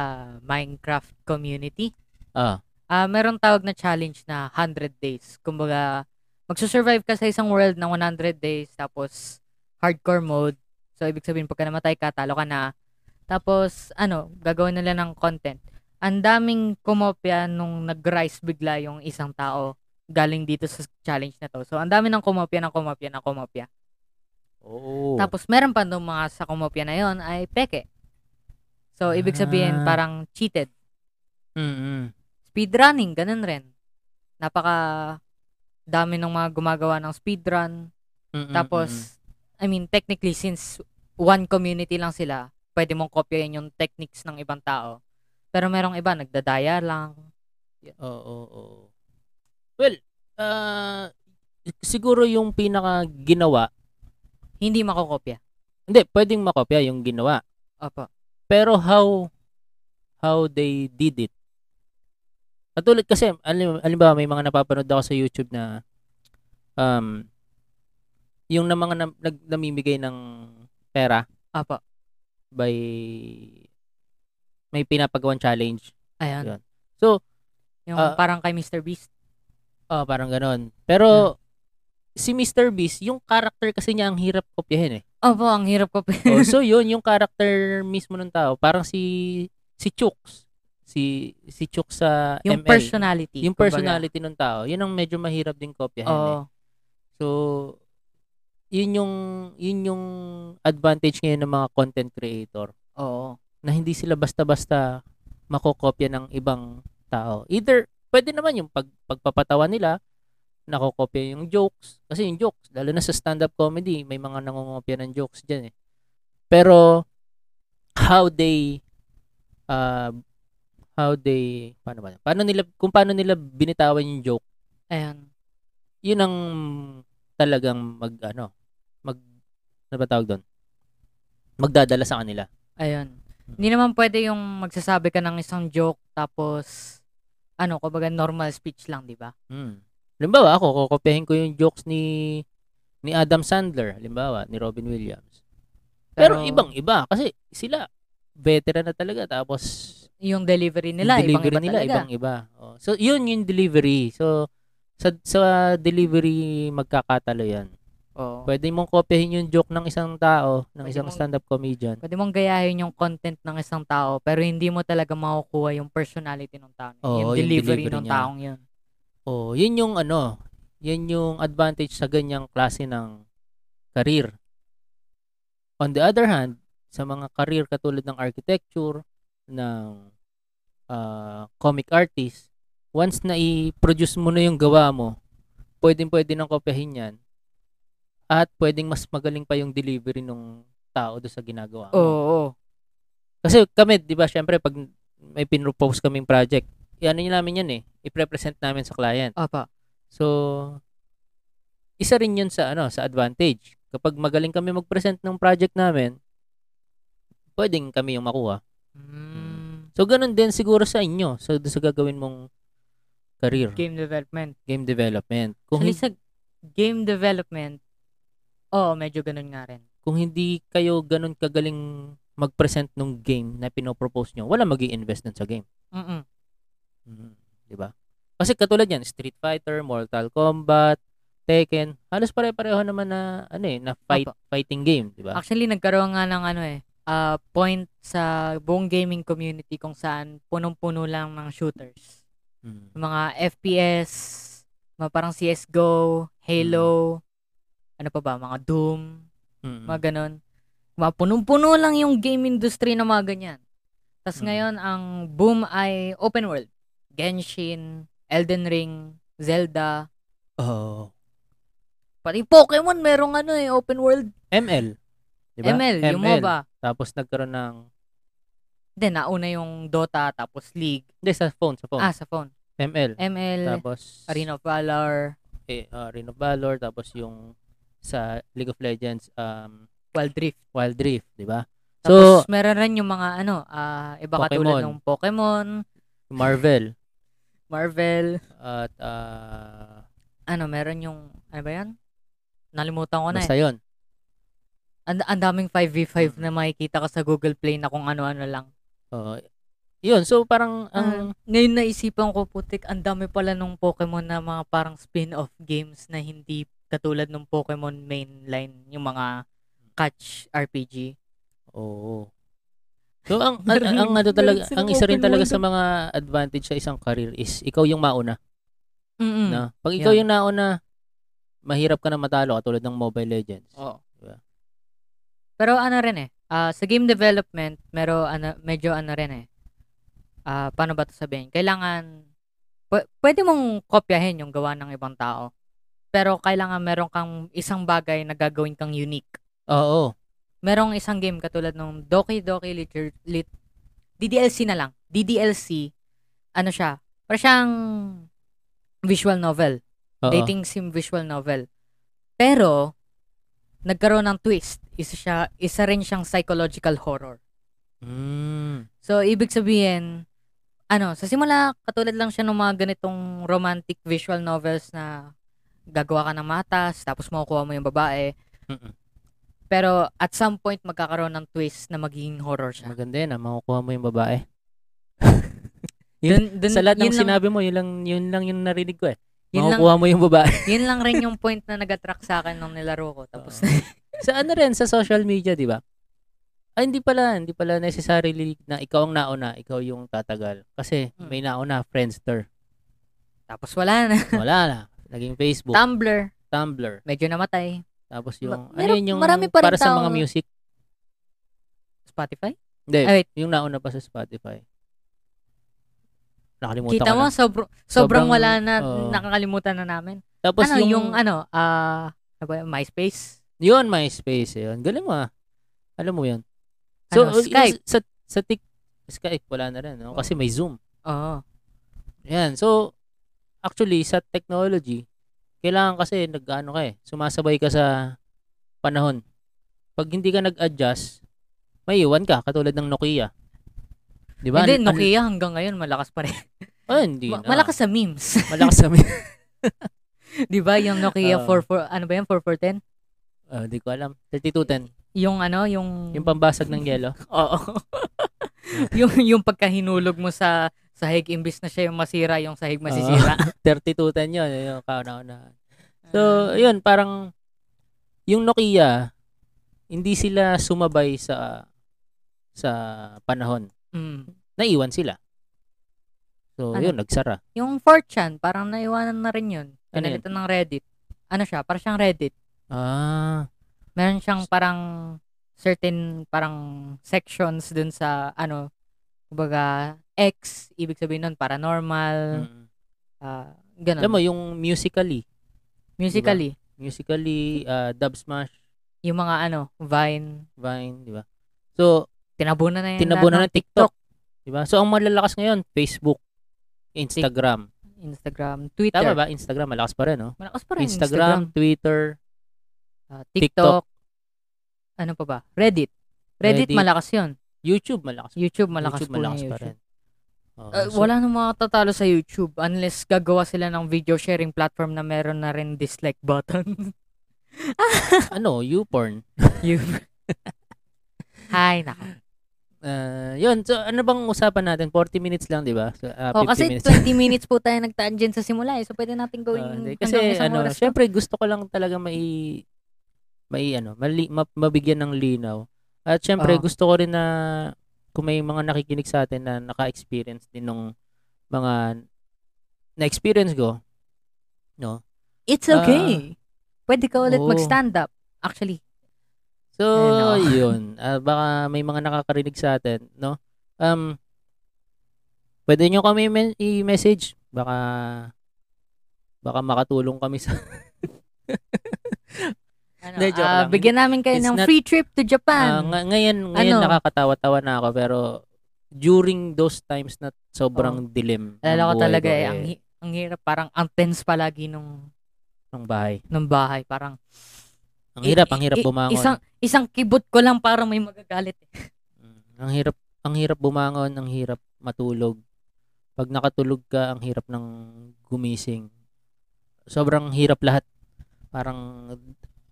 Minecraft community.
Ah.
Ah, meron tawag na challenge na 100 days. Kumbaga, magsusurvive ka sa isang world ng 100 days, tapos hardcore mode. So, ibig sabihin, pagka namatay ka, talo ka na. Tapos, ano, gagawin nila ng content. Ang daming kumopya nung nag-rise bigla yung isang tao galing dito sa challenge na to. So, ang dami ng kumopya, ng kumopya, ng kumopya.
Oo.
Tapos meron pa nung mga sa kumopya na yon ay peke. So, ibig sabihin
Ah.
parang cheated.
Mm-mm.
Speedrunning, ganun rin. napaka dami ng mga gumagawa ng speedrun.
Mm-mm, mm-mm.
Tapos, I mean, technically, since one community lang sila, pwede mong kopyahin yung techniques ng ibang tao. Pero merong iba, nagdadaya lang.
Oo, oo, oo. Well, ah, siguro yung pinaka ginawa,
Hindi makokopya.
hindi, pwedeng makopya yung ginawa.
Opo.
Pero how how they did it. Katulad kasi, alim, alim ba, may mga napapanood ako sa YouTube na um, yung na mga nam, nag, namimigay ng pera
Opo.
by may pinapagawan challenge.
Ayan.
Yun. So,
Yung
Ah.
parang kay Mr. Beast.
Oh, parang ganon. Pero, si Mr. Beast, yung character kasi niya ang hirap kopyahin eh.
Opo, ang hirap ko.
Oh, so yun, yung character mismo ng tao. Parang si, si Chooks. Si, si Chooks sa
yung
ML.
personality.
Yung
kumbaga.
personality ng tao. Yun ang medyo mahirap din kopyahin eh.
Oo.
So, yun yung, yun yung advantage ngayon ng mga content creator
Oo.
na hindi sila basta-basta makokopya ng ibang tao. Either, pwede naman yung pag, pagpapatawa nila, nakokopya yung jokes. Kasi yung jokes, lalo na sa stand-up comedy, may mga nangungopya ng jokes dyan eh. Pero, how they, uh, how they, paano ba? Paano nila, kung paano nila binitawan yung joke,
Ayan.
yun ang talagang mag, ano, mag, ano ba tawag doon? Magdadala sa kanila.
Ayan. Hindi naman pwede yung magsasabi ka ng isang joke tapos ano, kumbaga normal speech lang, di ba?
Mm. Limbawa ako, kukopyahin ko yung jokes ni ni Adam Sandler, limbawa, ni Robin Williams. Pero, ibang-iba kasi sila veteran na talaga tapos
yung delivery
yung
nila,
delivery
ibang-iba
nila
talaga.
ibang-iba. Oh. So yun yung delivery. So sa sa delivery magkakatalo yan.
Oo. Pwede,
Pwede mong kopyahin yung joke ng isang tao, ng
Pwede
isang
mong-
stand-up comedian.
mong gayahin yung content ng isang tao pero hindi mo talaga makukuha yung personality ng tao.
Oo,
yung
yung
delivery,
delivery
ng
niya.
taong yun.
Oh, yun yung ano, yun yung advantage sa ganyang klase ng career. On the other hand, sa mga career katulad ng architecture, ng ah, comic artist, once na i-produce mo na yung gawa mo, pwedeng-pwede nang kopyahin yan at pwedeng mas magaling pa yung delivery ng tao do sa ginagawa mo.
Oo.
Kasi kami, di ba, syempre, pag may pinropose kaming project, ano yun namin yan eh, i-represent namin sa client.
Apa.
So, isa rin yun sa, ano, sa advantage. Kapag magaling kami mag-present ng project namin, pwedeng kami yung makuha.
Mm,
So, ganun din siguro sa inyo. So, doon sa gagawin mong career,
game development.
game development. Kung,
Actually,
hin-
sa game development, oo, medyo ganun nga rin.
kung hindi kayo ganun kagaling mag-present ng game na pinopropose nyo, wala mag invest dun sa game.
Mm-mm. Mm-hmm.
Mhm. 'Di ba? Kasi katulad yan, Street Fighter, Mortal Kombat, Tekken, halos pare-pareho naman na ano eh, na fight
Opo.
fighting game, 'di ba?
Actually, nagkaroon nga ng ano eh, ah, point sa buong gaming community kung saan punong-puno lang ng shooters.
Mm.
Yung mga FPS, mga parang CSGO, Halo, ano pa ba, mga Doom,
Mm.
mga ganun. Mga punong-puno lang yung game industry na mga ganyan. Tapos
Mm.
ngayon, ang boom ay open world. Genshin, Elden Ring, Zelda,
Oh.
pati Pokemon merong ano eh, open world.
ML. Di ba?
ML, yung MOBA.
Tapos nagkaroon ng...
Then, nauna yung Dota, tapos League.
Hindi, sa phone, sa phone.
Ah, sa phone.
ML.
ML,
Tapos...
Arena of Valor,
Eh, ah, Arena of Valor. Tapos yung sa League of Legends, um,
Wild Rift.
Wild Rift, di ba? So,
Tapos meron rin yung mga ano, ah, iba
Pokemon.
katulad ng Pokemon,
Marvel.
Marvel,
At, ah,
ano, meron yung, ano ba yan? Nalimutan ko na eh.
basta yun.
Ang ang daming 5v5
Mm.
na makikita ka sa Google Play na kung ano-ano lang.
Oo. Oh, yun, so parang ang...
Ah. Ngayon naisipan ko, putik, ang dami pala nung Pokemon na mga parang spin-off games na hindi katulad ng Pokemon mainline, yung mga catch RPG.
Oo. So, ang, ang,
Meron-
ang, ang ano
meron
talaga,
silang
ang isa rin
open
talaga
world.
sa mga advantage sa isang career is ikaw yung mauna.
Mm-mm.
Na, pag ikaw
Yan.
yung nauna, mahirap ka na matalo katulad ng Mobile Legends.
Oo.
Diba?
Pero ano rin eh, ah, sa game development, mero ano, medyo ano rin eh. Ah, paano ba 'to sabihin? Kailangan P- pwede mong kopyahin yung gawa ng ibang tao. Pero kailangan meron kang isang bagay na gagawin kang unique.
Oo.
Merong isang game katulad nung Doki Doki Liter- Lit- DDLC na lang. DDLC, ano siya? Parang siyang visual novel.
oo.
Dating sim visual novel. Pero, nagkaroon ng twist. Isa, siya, isa rin siyang psychological horror.
Mm.
So, ibig sabihin, ano, sa simula, katulad lang siya ng mga ganitong romantic visual novels na gagawa ka ng matas, tapos makukuha mo yung babae.
Mm-mm.
Pero at some point, magkakaroon ng twist na magiging horror siya.
Maganda yan ah. Makukuha mo yung babae.
Dun, dun,
Sa lahat ng
yun lang,
sinabi mo, yun lang, yun lang yung narinig ko eh.
yun, lang,
Makukuha mo yung babae.
yun lang rin yung point na nag-attract sa akin nung nilaro ko. Tapos,
sa ano rin, sa social media, di ba? Ay, hindi pala, hindi pala necessarily na ikaw ang nauna, ikaw yung tatagal. Kasi
Mm.
may nauna, Friendster.
tapos wala na.
Wala na. Naging Facebook,
Tumblr,
Tumblr.
medyo namatay.
Tapos yung,
Ma-
ano
meron-
yun yung
marami pa rin
para sa mga
tao-
music?
Spotify?
Hindi,
Ay, wait.
yung nauna pa sa Spotify. Nakalimutan
Kita
ko
mo,
na.
sobr- sobrang,
Sobrang-
wala na,
oo.
nakakalimutan na namin.
Tapos
ano, yung,
yung,
ano, ah, ano ba yun? MySpace?
yun, MySpace. Yun. Galing mo ah. Alam mo yun. So, uh,
Ano, Skype?
Sa, sa, tik, Skype, wala na rin. No? Kasi may Zoom.
Oo.
Yan. So, actually, sa technology, kailangan kasi nag-ano ka eh, sumasabay ka sa panahon. Pag hindi ka nag-adjust, may iwan ka, katulad ng Nokia. Di ba? An-
Hindi, Nokia hanggang ngayon malakas pa rin.
Oh, Diba? hindi
Ma-
na.
malakas sa memes.
Malakas kami.
'Di ba? Yung Nokia
Oo.
44 ano ba yan? 4410?
Ah, Hindi ko alam. 3210.
Yung ano, yung
Yung pambasag ng yelo.
Oo. yung yung pagkahinulog mo sa sahig imbis na siya yung masira, yung sahig masisira.
3210 yun. Yung kauna-una. So, yun, parang yung Nokia, hindi sila sumabay sa sa panahon.
Mm.
Naiwan sila. So,
Ano?
yun, nagsara.
Yung 4chan, parang naiwanan na rin yun.
Ano yun?
Pinalitan ng Reddit. Ano siya? Parang siyang Reddit.
Ah,
Meron siyang parang certain parang sections dun sa ano, kumbaga X, ibig sabihin nun paranormal,
mm.
ah, ganun.
alam mo yung musically,
Musically,
musically uh, Dub Smash, diba?
yung mga ano, Vine,
Vine, di ba? So,
tinabunan na yan.
tinabunan
lahat
ng TikTok, di ba? So, ang malalakas ngayon, Facebook, Instagram.
ng Instagram, Twitter.
Tama ba? Instagram malakas pa rin, no?
Malakas pa rin
Instagram, Twitter,
Ah,
TikTok.
TikTok, ano pa ba? Reddit. Reddit,
Reddit.
malakas yun.
YouTube malakas.
YouTube malakas,
YouTube malakas pa rin. Oo,
Uh,
so-
wala nang makatatalo sa YouTube unless gagawa sila ng video sharing platform na meron na rin dislike button.
ano, YouPorn.
you Hi, naka.
Uh, yun, so ano bang usapan natin? 40 minutes lang, di ba? So, ah,
Oh,
50
kasi
minutes.
20 minutes po tayo nagtangent sa simula eh. So, pwede natin gawin
Ah, hindi.
hanggang
kasi
isang
ano,
oras to.
syempre gusto ko lang talaga mai mai ano, mali, ma- mabigyan ng linaw. At syempre
Oo.
gusto ko rin na kung may mga nakikinig sa atin na naka-experience din nung mga na-experience ko, no?
It's okay. pwede ka ulit
Oo.
mag-stand up. Actually,
So,
Ayun, oo.
yun. Ah, baka may mga nakakarinig sa atin, no? Um, pwede nyo kami men- i-message. Baka, baka makatulong kami sa...
ano,
Hindi, joke lang.
ah, bigyan namin kayo
It's
ng
not-
free trip to
Ah,
Japan.
nga- ngayon, ngayon
Ano?
nakakatawa-tawa na ako, pero during those times na sobrang dilim. ng buhay
Alala ko Oh. talaga
ko,
eh, ang, hi- ang hirap, parang ang tense palagi nung,
eh, ng bahay.
nung bahay. Parang,
Ang hirap,
i-
ang hirap
i-
bumangon.
Isang, isang kibot ko lang para may magagalit. eh.
Mm, Ang hirap, ang hirap bumangon, ang hirap matulog. Pag nakatulog ka, ang hirap ng gumising. Sobrang hirap lahat. Parang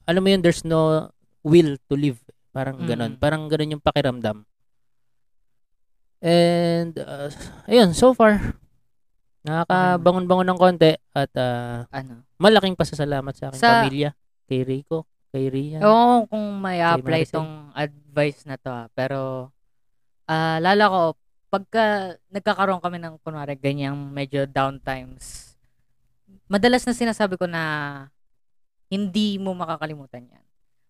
alam mo yun, there's no will to live. Parang ganon.
Mm.
Parang ganon yung pakiramdam. And uh, ayun, so far nakakabangon-bangon ng konti at ah,
Ano?
malaking pasasalamat sa aking
Sa- Oh,
pamilya, kay Rico, kay Rian.
Oo, kung may
Kay
apply
Maricel.
tong advice na to ah. Pero, ah lala ko, pagka nagkakaroon kami ng kunwari ganyang medyo down times, madalas na sinasabi ko na hindi mo makakalimutan yan.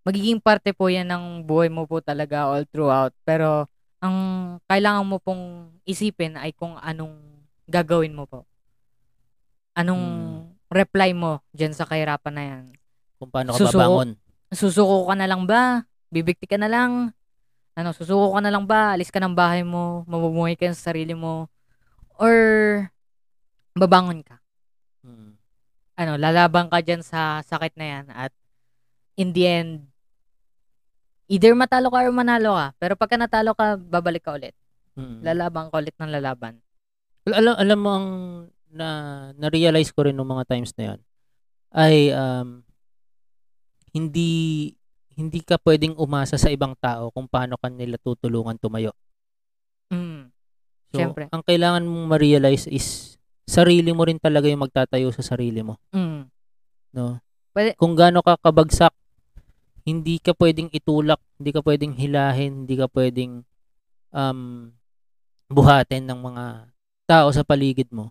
Magiging parte po yan ng buhay mo po talaga all throughout. Pero, ang kailangan mo pong isipin ay kung anong gagawin mo po. Anong
Hmm.
reply mo dyan sa kahirapan na yan?
Kung paano ka
Susuko.
babangon.
Susuko ka na lang ba? Bibikti ka na lang? Ano, susuko ka na lang ba? Alis ka ng bahay mo? Mamumuhay ka sa sarili mo? Or babangon ka?
Mm.
ano, lalaban ka dyan sa sakit na yan at in the end, either matalo ka or manalo ka. Pero pagka natalo ka, babalik ka ulit.
Mm.
Lalaban ka ulit ng lalaban.
Al- alam, alam mo ang na na-realize ko rin nung mga times na 'yon ay um, hindi hindi ka pwedeng umasa sa ibang tao kung paano ka nila tutulungan tumayo.
Mm.
So,
Siyempre.
ang kailangan mong ma-realize is sarili mo rin talaga yung magtatayo sa sarili mo.
Mm.
No?
Pwede-
Kung gaano ka kabagsak, hindi ka pwedeng itulak, hindi ka pwedeng hilahin, hindi ka pwedeng um, buhatin ng mga tao sa paligid mo.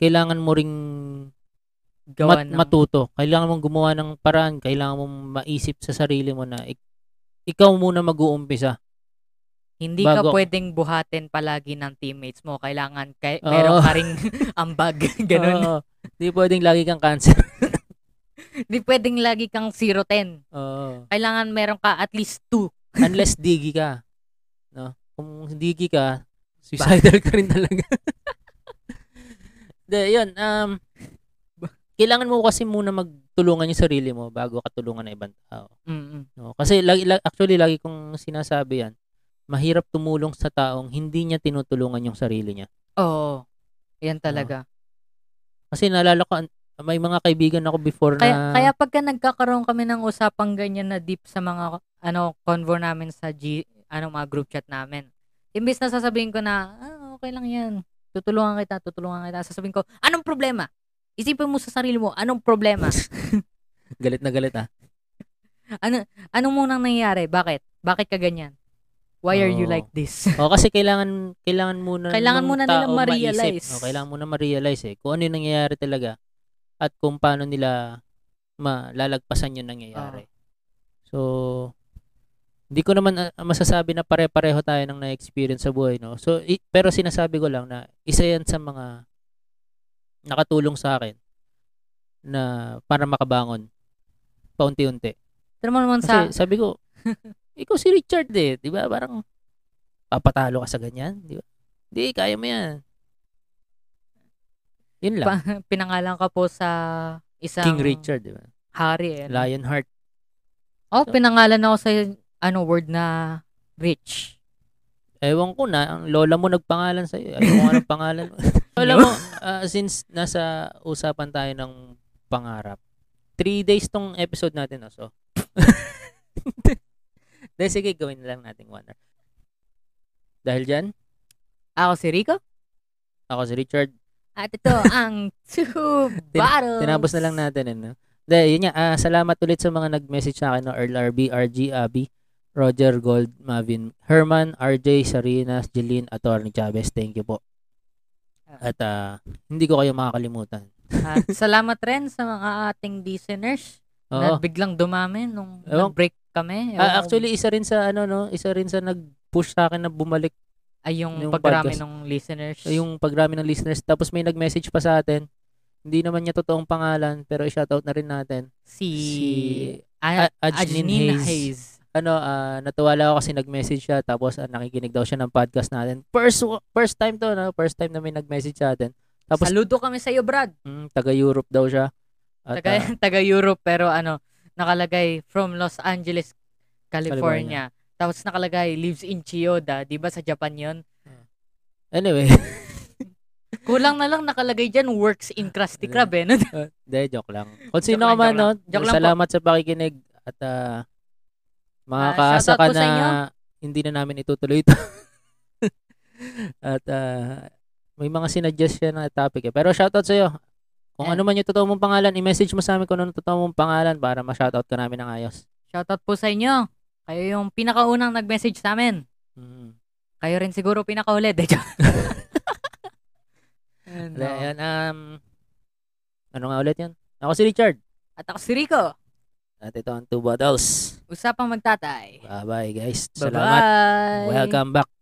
Kailangan mo ring mat-
Gawan ng...
matuto. Kailangan mong gumawa ng paraan. Kailangan mong maisip sa sarili mo na ik- ikaw muna mag-uumpisa.
hindi ka
bago-
pwedeng buhatin palagi ng teammates mo. Kailangan, kay,
Oo.
meron ka ring ambag. Ganun.
Oo. Hindi pwedeng lagi kang cancer.
Hindi pwedeng lagi kang 0-10.
Oo.
Kailangan meron ka at least 2.
Unless digi ka. No? Kung digi ka, suicidal ka rin talaga. De, yun. Um, kailangan mo kasi muna magtulungan yung sarili mo bago ka tulungan ng ibang tao.
Mm-mm.
No? Kasi lagi, la- actually, lagi kong sinasabi yan. Mahirap tumulong sa taong hindi niya tinutulungan yung sarili niya.
Oo. Yan
Ah,
talaga.
Kasi naalala ko, an- may mga kaibigan ako before
Kaya,
na...
kaya pagka nagkakaroon kami ng usapang ganyan na deep sa mga ano convo namin sa G, ano mga group chat namin. Imbis na sasabihin ko na ah, okay lang 'yan. Tutulungan kita, tutulungan kita. Sasabihin ko, anong problema? Isipin mo sa sarili mo, anong problema?
galit na galit ah.
Anong munang nangyayari? Bakit? Bakit ka ganyan? Why are you
Oo.
like this?
O Oh, kasi kailangan kailangan muna
Kailangan
ng
muna nila
tao
ma-realize.
maisip. O, kailangan muna ma-realize eh kung ano yung nangyayari talaga at kung paano nila malalagpasan yung nangyayari.
Ah.
So hindi ko naman ah, masasabi na pare-pareho tayo ng na-experience sa buhay no. So i- pero sinasabi ko lang na isa yan sa mga nakatulong sa akin na para makabangon paunti-unti.
Pero naman sa
Kasi sabi ko, ikaw si Richard eh, di ba? Parang papatalo ka sa ganyan, di ba? Hindi, kaya mo yan. Yun lang,
pa- pinangalan ka po sa isang
King Richard, di ba?
hari. Eh. no?
Lionheart.
Oh, pinangalan ako sa ano word na rich.
Ewan ko na, ang lola mo nagpangalan sa'yo. Ayaw ko nga ng pangalan mo. lola mo, ah, since nasa usapan tayo ng pangarap, three days tong episode natin, no? so. Dahil sige, gawin na lang natin one hour. Dahil dyan,
Ako si Rico.
ako si Richard,
At ito ang two bottles.
Tinapos na lang natin, eh, no? Hindi, yun nga. ah, salamat ulit sa mga nag-message sa akin, no? Earl RB, RG, Abby, Roger, Gold, Mavin, Herman, RJ, Sarinas, Jeline, Attorney Chavez. Thank you po. At ah, hindi ko kayo makakalimutan.
At salamat rin sa mga ating listeners na
Oo.
biglang dumami nung
Ewan-
break kami. Ewan
Ah,
ko-
actually, isa rin sa, ano, no? Isa rin sa nag-push sa akin na bumalik
ay yung,
yung
pagkarami
podcast.
ng listeners.
ah, yung pagrami ng listeners. Tapos may nag-message pa sa atin. Hindi naman niya totoong pangalan, pero i-shoutout na rin natin.
si,
Si
A-
A- Ajnin,
Ajnin
Hayes.
Hayes.
ano, ah, natuwa lang ako kasi nag-message siya tapos ah, nakikinig daw siya ng podcast natin. First wa- first time to, no? First time na may nag-message sa atin. Tapos
Saludo kami sa iyo, Brad.
mm, taga Europe daw siya. At ah,
Taga, taga Europe pero ano, nakalagay from Los Angeles, California. Tapos nakalagay lives in Chiyoda, 'di ba sa Japan 'yon?
anyway,
Kulang na lang nakalagay diyan works in Krusty Krab eh. no?
de joke lang. Kung sino
lang,
ka man,
joke lang.
no?
Joke lang po.
salamat sa pakikinig at ah,
Ah,
makakaasa
shoutout
ka
po sa
na
inyo.
hindi na namin itutuloy ito. at ah, may mga sinuggest siya na topic eh. Pero shoutout sa iyo. Kung
Yeah.
ano man yung totoo mong pangalan, i-message mo sa amin kung ano yung totoo mong pangalan para ma-shoutout ka namin ng ayos.
Shoutout po sa inyo. Kayo yung pinakaunang nag-message sa amin.
Mm.
Kayo rin siguro eh. pinakahuli. De, joke. Ayun,
Ala,
no.
yan, um, ano nga ulit yan? Ako si Richard.
At ako si Rico.
At ito ang Two Bottles.
Usapang magtatay.
Bye-bye guys. Salamat.
Bye-bye.
Welcome back.